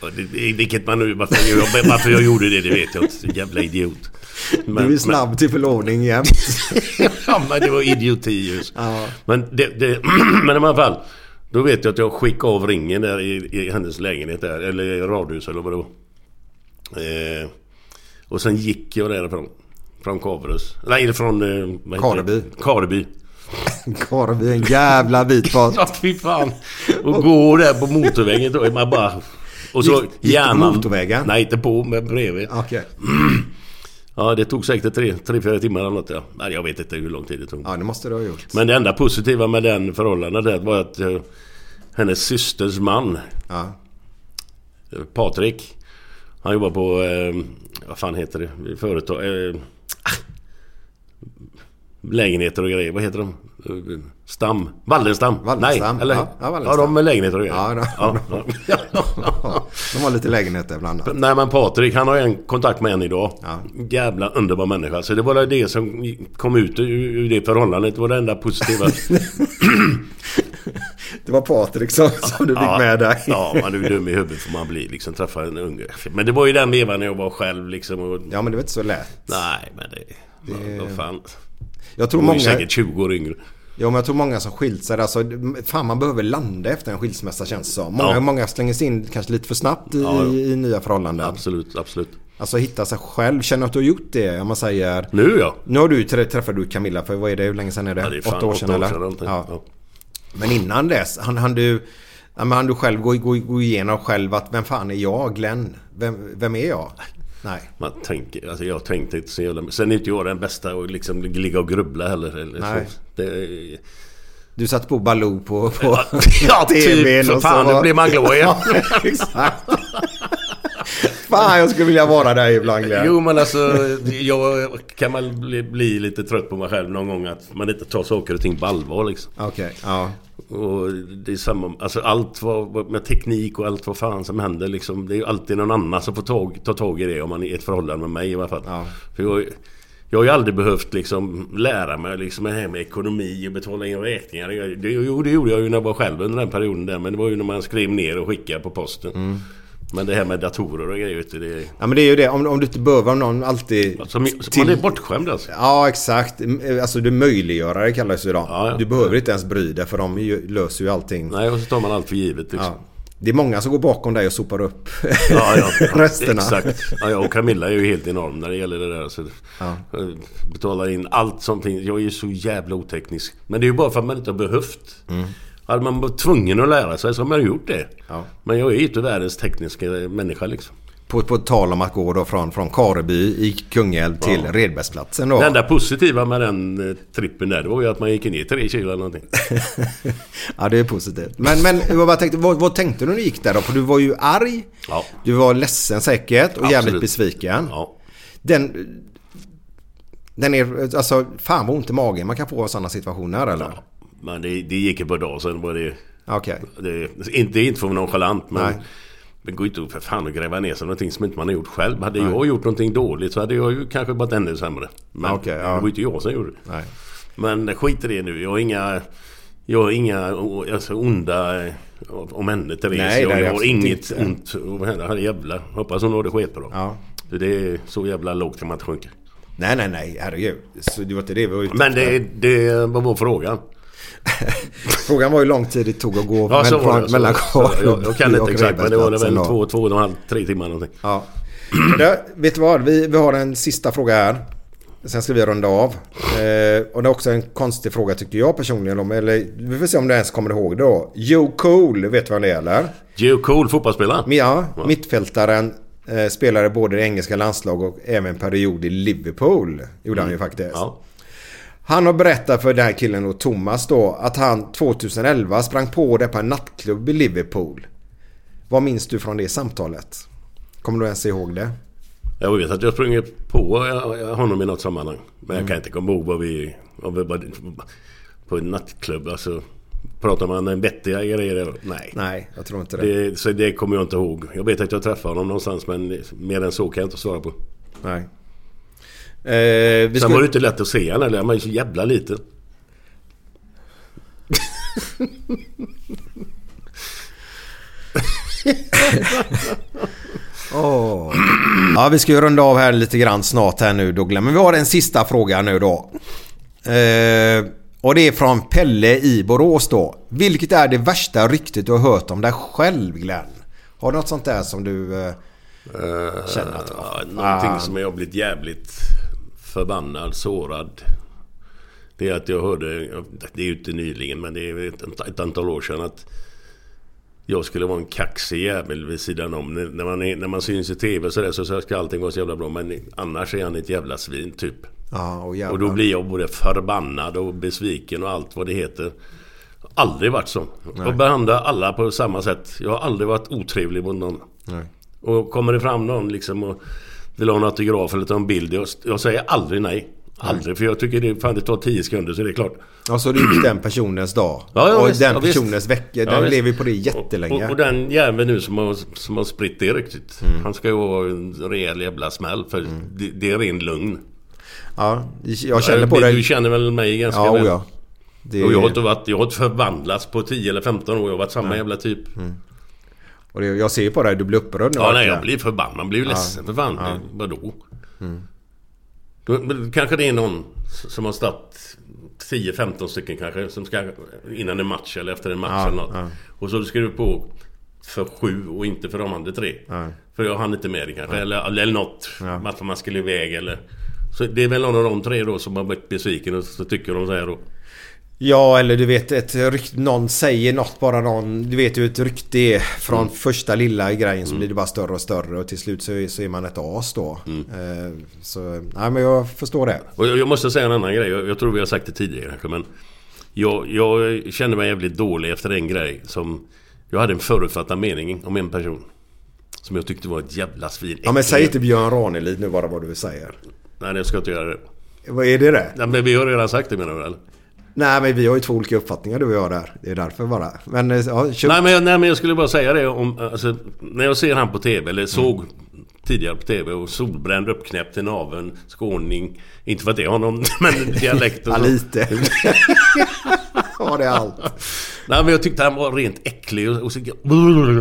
Speaker 3: Ja, det- det- Vilket man nu... Varför jag, varför jag gjorde det, det vet jag inte. Jävla idiot. Men-
Speaker 2: du är
Speaker 3: men-
Speaker 2: snabb till förlovning igen.
Speaker 3: ja, men det var idioti just. Men, det, det, men i alla fall. Då vet jag att jag skickade av ringen där i, i hennes lägenhet där. Eller i radhus eller vad det var. Eh, och sen gick jag därifrån. Från Kaverus. Nej, från... Eh, vad heter
Speaker 2: Kareby.
Speaker 3: det? Kareby.
Speaker 2: Korv i en jävla bit bort.
Speaker 3: Ja, fy fan. Och gå där på motorvägen då. är Man bara... Och så
Speaker 2: Gick- gick du på motorvägen?
Speaker 3: Nej, inte på, men bredvid.
Speaker 2: Okej.
Speaker 3: Ja, det tog säkert tre, tre, fyra timmar eller något. Ja. Nej, jag vet inte hur lång tid det tog.
Speaker 2: Ja, det måste du ha gjort.
Speaker 3: Men det enda positiva med den förhållandet där var att eh, hennes systers man,
Speaker 2: Ja.
Speaker 3: eh, Patrik, han jobbar på, eh, vad fan heter det, företag... Eh, ah, lägenheter och grejer, vad heter de? Eh, Stam? Wallenstam?
Speaker 2: Wallenstam,
Speaker 3: Nej, eller?
Speaker 2: ja, ja,
Speaker 3: ja,
Speaker 2: Wallenstam.
Speaker 3: de med lägenheter och grejer.
Speaker 2: Ja, de-
Speaker 3: ja.
Speaker 2: De har lite lägenheter bland annat.
Speaker 3: Nej men Patrik han har ju en kontakt med en idag.
Speaker 2: Ja.
Speaker 3: Jävla underbar människa. Så det var väl det som kom ut ur, ur det förhållandet. Det var det enda positiva.
Speaker 2: Det var Patrik som, som du fick med dig.
Speaker 3: Ja, man är ju dum i huvudet får man bli. Liksom, träffa en unge. Men det var ju den vevan när jag var själv liksom. Och,
Speaker 2: Ja, men det var inte så lätt.
Speaker 3: Nej, men det... det... Vad fan.
Speaker 2: Jag tror
Speaker 3: Hon är
Speaker 2: många...
Speaker 3: ju säkert 20 år yngre.
Speaker 2: Ja, men jag tror många som skilt sig, alltså, fan man behöver landa efter en skilsmässa känns det som. Många,
Speaker 3: Ja.
Speaker 2: många slänger sig in kanske lite för snabbt i,
Speaker 3: Ja, ja.
Speaker 2: i, nya förhållanden.
Speaker 3: Absolut, absolut.
Speaker 2: Alltså hitta sig själv, känner att du har gjort det om man säger...
Speaker 3: Nu ja.
Speaker 2: Nu har du trä- träffat du Camilla för vad är det, hur länge sedan är det?
Speaker 3: ja det är fan,
Speaker 2: åtta år sedan eller?
Speaker 3: någonting.
Speaker 2: ja.
Speaker 3: Ja.
Speaker 2: Men innan dess, han, han du... Ja, men han du själv gå, gå, gå igenom själv att vem fan är jag Glenn? Vem, vem är jag? Nej.
Speaker 3: Man tänker, alltså jag tänkte inte så jävla Sen är inte jag den bästa och liksom ligga och grubbla heller. Eller
Speaker 2: Nej.
Speaker 3: Så. Det, är-
Speaker 2: Du satt på Baloo på, på
Speaker 3: ja, typ. För
Speaker 2: och så
Speaker 3: fan,
Speaker 2: var-
Speaker 3: nu blir man glad igen.
Speaker 2: Ja, exakt. fan, jag skulle vilja vara där ibland Glenn.
Speaker 3: Jo men alltså jag kan väl bli, bli lite trött på mig själv någon gång att man inte tar saker och ting på allvar liksom.
Speaker 2: Okej, ja.
Speaker 3: Och det är samma, alltså allt vad, vad- med teknik och allt vad fan som händer liksom. Det är ju alltid någon annan som får tag, ta tag i det om man är i ett förhållande med mig i alla fall.
Speaker 2: Ja.
Speaker 3: För jag, Jag har ju aldrig behövt liksom lära mig liksom det här med ekonomi och betala in räkningar. Jag, det, jo, det gjorde jag ju när jag var själv under den perioden där. Men det var ju när man skrev ner och skickade på posten.
Speaker 2: Mm.
Speaker 3: Men det här med datorer och grejer. vet du, Det,
Speaker 2: Ja men det är ju det, om, om du inte behöver någon alltid...
Speaker 3: alltså, man
Speaker 2: till-
Speaker 3: är bortskämd alltså.
Speaker 2: Ja exakt. Alltså du möjliggörare kallas ju idag.
Speaker 3: Ja, ja.
Speaker 2: Du behöver inte ens bry dig för de ju, löser ju allting.
Speaker 3: Nej, och så tar man allt för givet liksom.
Speaker 2: Ja. Det är många som går bakom dig och sopar upp resterna.
Speaker 3: Exakt. Ja, ja, och Camilla är ju helt enorm när det gäller det där. Så eh, Betalar in allt som finns. Jag är ju så jävla oteknisk. Men det är ju bara för att man inte har behövt. Hade man varit tvungen att lära sig så hade man gjort det.
Speaker 2: Mm. Ja.
Speaker 3: Men jag är ju inte världens tekniska människa liksom.
Speaker 2: På, på tal om att gå då från, från Kareby i Kungälv till Redbergsplatsen då.
Speaker 3: Det enda positiva med den eh, trippen där, det var ju att man gick ner tre kilo eller någonting.
Speaker 2: ja, det är positivt. Men, men jag bara tänkte, vad, vad tänkte du när du gick där då? För du var ju arg.
Speaker 3: Ja.
Speaker 2: Du var ledsen säkert och jävligt
Speaker 3: Absolut.
Speaker 2: besviken.
Speaker 3: Ja.
Speaker 2: Den... Den är... Alltså, fan vad ont i magen man kan få av sådana situationer eller?
Speaker 3: Men det, det gick ett par dagar sen var det...
Speaker 2: Okej.
Speaker 3: Det, inte, det är inte för att vara nonchalant men...
Speaker 2: Nej.
Speaker 3: Det går ju inte för fan att gräva ner sig i någonting som inte man har gjort själv. Hade jag gjort någonting dåligt så hade jag ju kanske varit ännu sämre. Men
Speaker 2: Okej, ja.
Speaker 3: det var ju inte jag som gjorde det.
Speaker 2: Nej.
Speaker 3: Men skit i det nu. Jag har inga... Jag har inga o- alltså, onda eh, om henne Therese.
Speaker 2: Nej, det är
Speaker 3: jag har
Speaker 2: absolut
Speaker 3: inget
Speaker 2: inte.
Speaker 3: ont om henne. Herrejävlar. Hoppas hon har det skit på dem.
Speaker 2: Ja.
Speaker 3: Så Det är så jävla lågt kan man inte sjunka.
Speaker 2: Nej, nej, nej. Herregud. Så det var inte det vi var ute
Speaker 3: Men
Speaker 2: efter.
Speaker 3: det, det vad var frågan.
Speaker 2: Frågan var ju hur lång tid det tog att gå
Speaker 3: Ja, så
Speaker 2: mellan,
Speaker 3: var det. Så,
Speaker 2: mellan
Speaker 3: så,
Speaker 2: Kareby
Speaker 3: jag, jag kan
Speaker 2: och
Speaker 3: inte exakt men det var väl
Speaker 2: Redbergsplatsen då.
Speaker 3: två, två och en halv, tre timmar någonting.
Speaker 2: Ja. Då, vet du vad? Vi, vi har en sista fråga här. Sen ska vi runda av. Eh, och det är också en konstig fråga tyckte jag personligen. Om, eller, vi får se om du ens kommer ihåg det då. Joe Cole, vet du vem det är eller?
Speaker 3: Joe Cool, fotbollsspelare.
Speaker 2: Men Ja, mittfältaren. Eh, spelade både i det engelska landslag och även period i Liverpool. Gjorde han ju faktiskt.
Speaker 3: Mm. Ja.
Speaker 2: Han har berättat för den här killen och Thomas då att han 2011 sprang på det på en nattklubb i Liverpool. Vad minns du från det samtalet? Kommer du ens ihåg det?
Speaker 3: Jag vet att jag sprungit på eh, honom i något sammanhang. Men jag kan inte komma ihåg vad vi... Om vi bara, på en nattklubb alltså. Pratar man en vettiga grejer? eller- Nej.
Speaker 2: Nej, jag tror inte det.
Speaker 3: Det, så det kommer jag inte ihåg. Jag vet att jag träffade honom någonstans men mer än så kan jag inte svara på.
Speaker 2: Nej. Eh, vi
Speaker 3: Sen
Speaker 2: skulle...
Speaker 3: var det inte lätt att se honom heller. Han var ju så jävla liten.
Speaker 2: Åh. Ja, vi ska ju runda av här lite grann snart här nu Douglas. Men vi har en sista fråga nu då. Eh, och det är från Pelle i Borås då. Vilket är det värsta ryktet du har hört om dig själv Glenn? Har du något sånt där som du... Eh... Känner att, Ah. vad
Speaker 3: ja, någonting
Speaker 2: fan.
Speaker 3: som jag har blivit jävligt förbannad, sårad. Det är att jag hörde, det är ju inte nyligen men det är ett, ett antal år sedan att jag skulle vara en kaxig jävel vid sidan om. När när man, är, när man syns i TV så, där, så så ska allting vara så jävla bra men annars är han ett jävla svin typ.
Speaker 2: Ja, och jävlar.
Speaker 3: Och då blir jag både förbannad och besviken och allt vad det heter. Aldrig varit så. Jag behandlar alla på samma sätt. Jag har aldrig varit otrevlig mot någon.
Speaker 2: Nej.
Speaker 3: Och kommer det fram någon liksom och vill ha en autograf eller ta en bild. Jag, jag säger aldrig nej. Aldrig. För jag tycker det, fan, det tar 10 sekunder så är det klart.
Speaker 2: Ja, så det är ju den personens dag.
Speaker 3: Ja, ja,
Speaker 2: och
Speaker 3: visst,
Speaker 2: den
Speaker 3: ja, visst.
Speaker 2: personens vecka.
Speaker 3: Ja,
Speaker 2: Den
Speaker 3: visst.
Speaker 2: lever ju på det jättelänge.
Speaker 3: Och, och, och den jäveln nu som har, som har spritt det riktigt.
Speaker 2: Mm.
Speaker 3: Han ska ju ha en rejäl jävla smäll. För det, det är ren lugn.
Speaker 2: Ja, jag känner på
Speaker 3: du,
Speaker 2: det.
Speaker 3: du känner väl mig ganska
Speaker 2: Ja,
Speaker 3: väl?
Speaker 2: och ja. Det...
Speaker 3: Och jag har, inte varit, jag har inte förvandlats på 10 eller 15 år. Jag har varit samma jävla typ.
Speaker 2: Och det, jag ser ju på dig, du blir upprörd nu.
Speaker 3: Ja, nej,
Speaker 2: verkligen.
Speaker 3: jag blir förbannad. Man blir ju ledsen för fan. Vadå? Då, men kanske det är någon som har startat 10-15 stycken kanske. Som ska, innan en match eller efter en match eller något. Och så skriver du på för sju och inte för de andra tre. För jag hann inte med det kanske. Eller, eller något. Att man skulle iväg eller... Så det är väl någon av de tre då som har blivit besviken och så tycker de så här då.
Speaker 2: Ja, eller du vet, ett rykt, någon säger något bara någon. Du vet ju hur ett rykte är. Från
Speaker 3: Mm.
Speaker 2: första lilla grejen så blir det bara större och större. Och till slut så är, så är man ett as då.
Speaker 3: Mm.
Speaker 2: Eh, så, nej men jag förstår det.
Speaker 3: Och jag, jag måste säga en annan grej. Jag, jag tror vi har sagt det tidigare kanske men... Jag, jag kände mig jävligt dålig efter en grej som... Jag hade en förutfattad mening om en person. Som jag tyckte var ett jävla svin.
Speaker 2: Ja men säg inte Björn Ranelid nu bara vad du säger.
Speaker 3: Nej, jag ska inte göra det.
Speaker 2: Vad är det det?
Speaker 3: Nej, men vi har redan sagt det menar du eller?
Speaker 2: Nej men vi har ju två olika uppfattningar du och jag där. Det är därför bara. Men eh, ja, kör. Mm.
Speaker 3: Nej men, jag- nej men jag skulle bara säga det om... Alltså, när jag ser han på TV, eller såg tidigare på TV och solbränd, uppknäppt i naveln, skåning. Inte för att det har någon men dialekt och
Speaker 2: Ja,
Speaker 3: så.
Speaker 2: lite. Var det allt?
Speaker 3: Nej men jag tyckte han var rent äcklig och, och så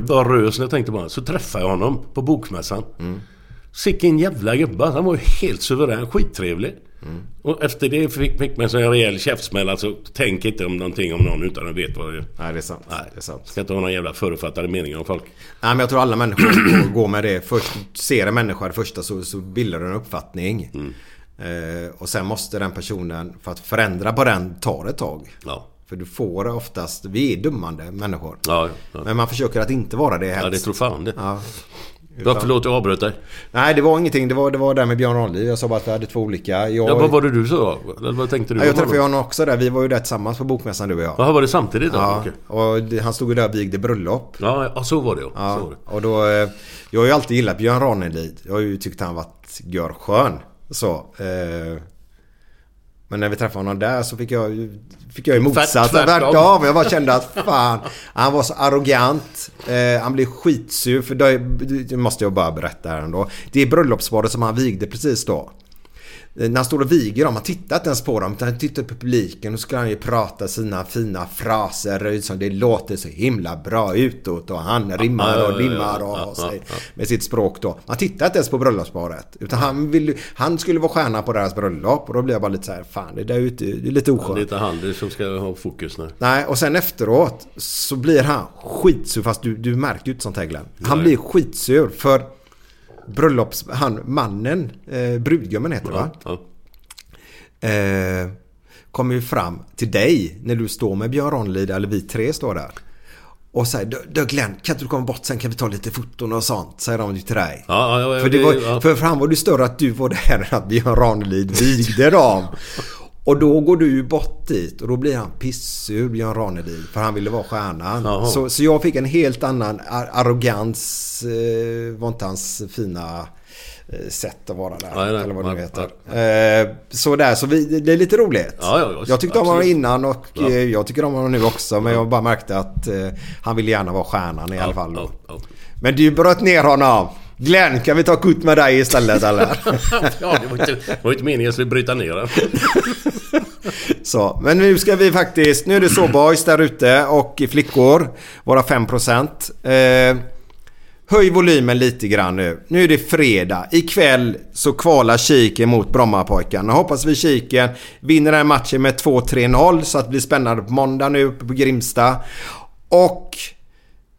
Speaker 3: bara rös när jag tänkte på honom. Så träffade jag honom på bokmässan. Sicken jävla gubbe. Han var ju helt suverän, skittrevlig. Och efter det fick, fick man sig en rejäl käftsmäll. Alltså tänk inte om någonting om någon utan att veta vad det är.
Speaker 2: Nej, det är sant.
Speaker 3: Nej,
Speaker 2: Det är sant.
Speaker 3: Ska inte ha någon jävla förutfattade mening om folk.
Speaker 2: Nej, men jag tror alla människor går med det. Först ser en människa det första så, så bildar du en uppfattning.
Speaker 3: Mm.
Speaker 2: Eh, och sen måste den personen, för att förändra på den, tar ett tag.
Speaker 3: Ja.
Speaker 2: För du får oftast, vi är dummande människor.
Speaker 3: Ja, ja.
Speaker 2: Men man försöker att inte vara det helst.
Speaker 3: ja det tror fan det.
Speaker 2: Ja.
Speaker 3: Ja, förlåt, jag avbröt dig.
Speaker 2: Nej, det var ingenting. Det var det var där med Björn Ranelid. Jag sa bara att vi hade två olika. Jag,
Speaker 3: Ja, vad var det du sa? Eller vad tänkte du?
Speaker 2: Ja, jag träffade ju honom också där. Vi var ju där tillsammans på bokmässan du och jag.
Speaker 3: Jaha, var det samtidigt? då?
Speaker 2: Ja,
Speaker 3: Okej.
Speaker 2: och det- han stod ju där och vigde bröllop.
Speaker 3: Ja, ja, så var det ja. Så var
Speaker 2: Ja,
Speaker 3: det.
Speaker 2: och då, eh, jag har ju alltid gillat Björn Ranelid. Jag har ju tyckt han varit görskön. Så. Eh, men när vi träffade honom där så fick jag ju fick jag ju motsatt.
Speaker 3: tvärtom.
Speaker 2: Tvärtom. Jag bara kände att fan, han var så arrogant. Eh, han blev skitsur. För det, det måste jag bara berätta här ändå. Det är bröllopsparet som han vigde precis då. Eh, När han står och viger dem, han tittar inte ens på dem utan han tittar på publiken och så skulle han ju prata sina fina fraser som det låter så himla bra utåt och han rimmar och limmar och har sig med sitt språk då. Man tittar inte ens på bröllopsparet utan han, vill, han skulle vara stjärna på deras bröllop och då blir jag bara lite så här, fan det där är ju inte- det är lite
Speaker 3: Ja, Det är
Speaker 2: oskönt.
Speaker 3: inte han det som ska ha fokus nu.
Speaker 2: Nej, och sen efteråt så blir han skitsur. Fast du, du märkte ju inte sånt här Glenn. Han blir skitsur för bröllops... Han, mannen, eh, brudgummen heter det va?
Speaker 3: Ja.
Speaker 2: eh, kommer ju fram till dig när du står med Björn Ranelid, eller vi tre står där. Och säger "Du- du Glenn, kan inte du komma bort sen kan vi ta lite foton och sånt? Säger de ju till dig.
Speaker 3: Ja, ja, ja,
Speaker 2: för, det
Speaker 3: det-
Speaker 2: var,
Speaker 3: ja.
Speaker 2: för fram var det större att du var där än att Björn Ranelid vigde dem. Och då går du ju bort dit och då blir han pissur Björn Ranelid för han ville vara stjärnan.
Speaker 3: Jaha.
Speaker 2: Så, så jag fick en helt annan ar- arrogans, eh, var inte hans fina eh, sätt att vara där.
Speaker 3: Nej, nej.
Speaker 2: eller vad det nu
Speaker 3: Nej,
Speaker 2: heter.
Speaker 3: nej.
Speaker 2: Eh, Så där, så vi, det är lite roligt.
Speaker 3: Ja, ja, ja,
Speaker 2: jag tyckte om honom
Speaker 3: absolut.
Speaker 2: innan och
Speaker 3: Ja.
Speaker 2: eh, jag tycker om honom nu också. Men jag bara märkte att eh, han ville gärna vara stjärnan i alla fall. Då.
Speaker 3: ja, ja.
Speaker 2: Men du bröt ner honom. Glenn, kan vi ta kort med dig istället eller?
Speaker 3: ja, det var inte, det var inte meningen att jag skulle bryta ner den.
Speaker 2: så, men nu ska vi faktiskt... Nu är det så boys där ute och flickor. Våra 5%. Eh, höj volymen lite grann nu. Nu är det fredag. Ikväll så kvalar Kiken mot Brommapojkarna. Hoppas vi Kiken vinner den här matchen med 2-3-0 så att det blir spännande på måndag nu uppe på Grimsta. Och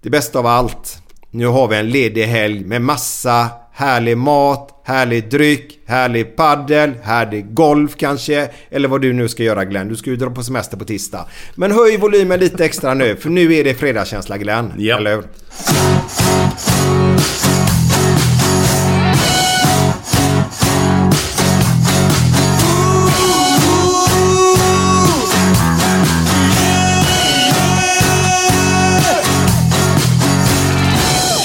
Speaker 2: det bästa av allt. Nu har vi en ledig helg med massa härlig mat, härlig dryck, härlig paddel, härlig golf kanske. Eller vad du nu ska göra Glenn. Du ska ju dra på semester på tisdag. Men höj volymen lite extra nu för nu är det fredagskänsla Glenn.
Speaker 3: Ja.
Speaker 2: Eller hur?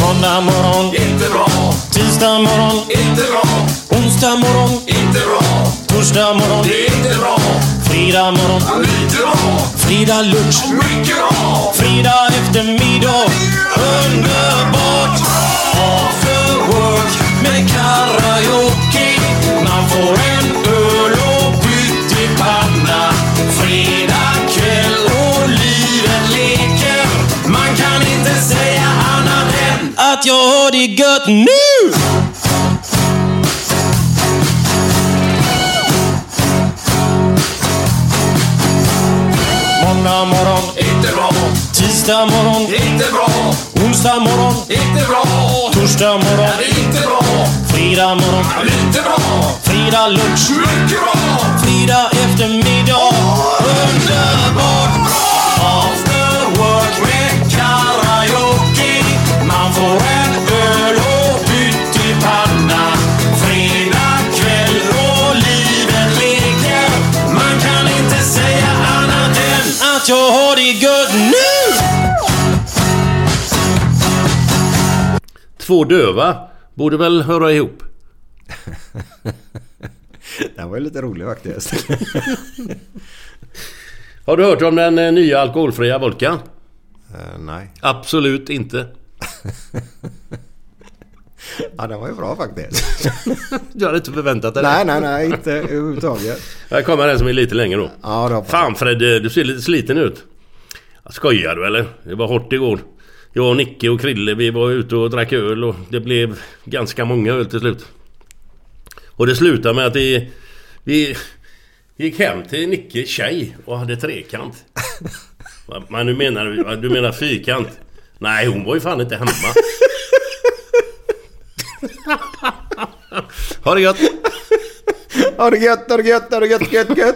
Speaker 5: Måndag morgon, inte bra. Tisdag morgon, inte bra. Onsdag morgon, inte bra. Torsdag morgon, det är inte bra. Fredag morgon, lite bra. Fredag lunch, mycket bra. Fredag eftermiddag, underbart. After work med karaoke. Man får en öl och pyttipanna. Fredag kväll och livet leker. Man kan inte säga annat än att jag har det gött nu! Måndag morgon, inte bra. Tisdag morgon, inte bra. Onsdag morgon, inte bra. Torsdag morgon, inte bra. Fredag morgon, inte bra. Fredag lunch, mycket bra. Fredag eftermiddag, underbart bra. After work med karaoke. Man får en öl och pyttipanna. Fredag kväll och livet leker. Man kan inte säga annat än att jag har det gött nu!
Speaker 3: Två döva borde väl höra ihop?
Speaker 2: Den var ju lite rolig faktiskt.
Speaker 3: Har du hört om den eh, nya alkoholfria vodkan?
Speaker 2: Eh, nej.
Speaker 3: Absolut inte.
Speaker 2: Ja, den var ju bra faktiskt.
Speaker 3: Du hade inte förväntat dig
Speaker 2: nej, nej, nej, inte överhuvudtaget.
Speaker 3: Här kommer en som är lite längre då.
Speaker 2: Ja, då.
Speaker 3: Fan Fred, du ser lite sliten ut. Skojar du eller? Det var hårt igår. Jag, och Nicke och Krille vi var ute och drack öl och det blev ganska många öl till slut. Och det slutade med att vi... Vi gick hem till Nicke tjej och hade trekant. Va, Men du menar, va, du menar fyrkant? Nej, hon var ju fan inte hemma. Ha det gött!
Speaker 2: Ha det gött, ha det gött, ha det gött, gött, gött.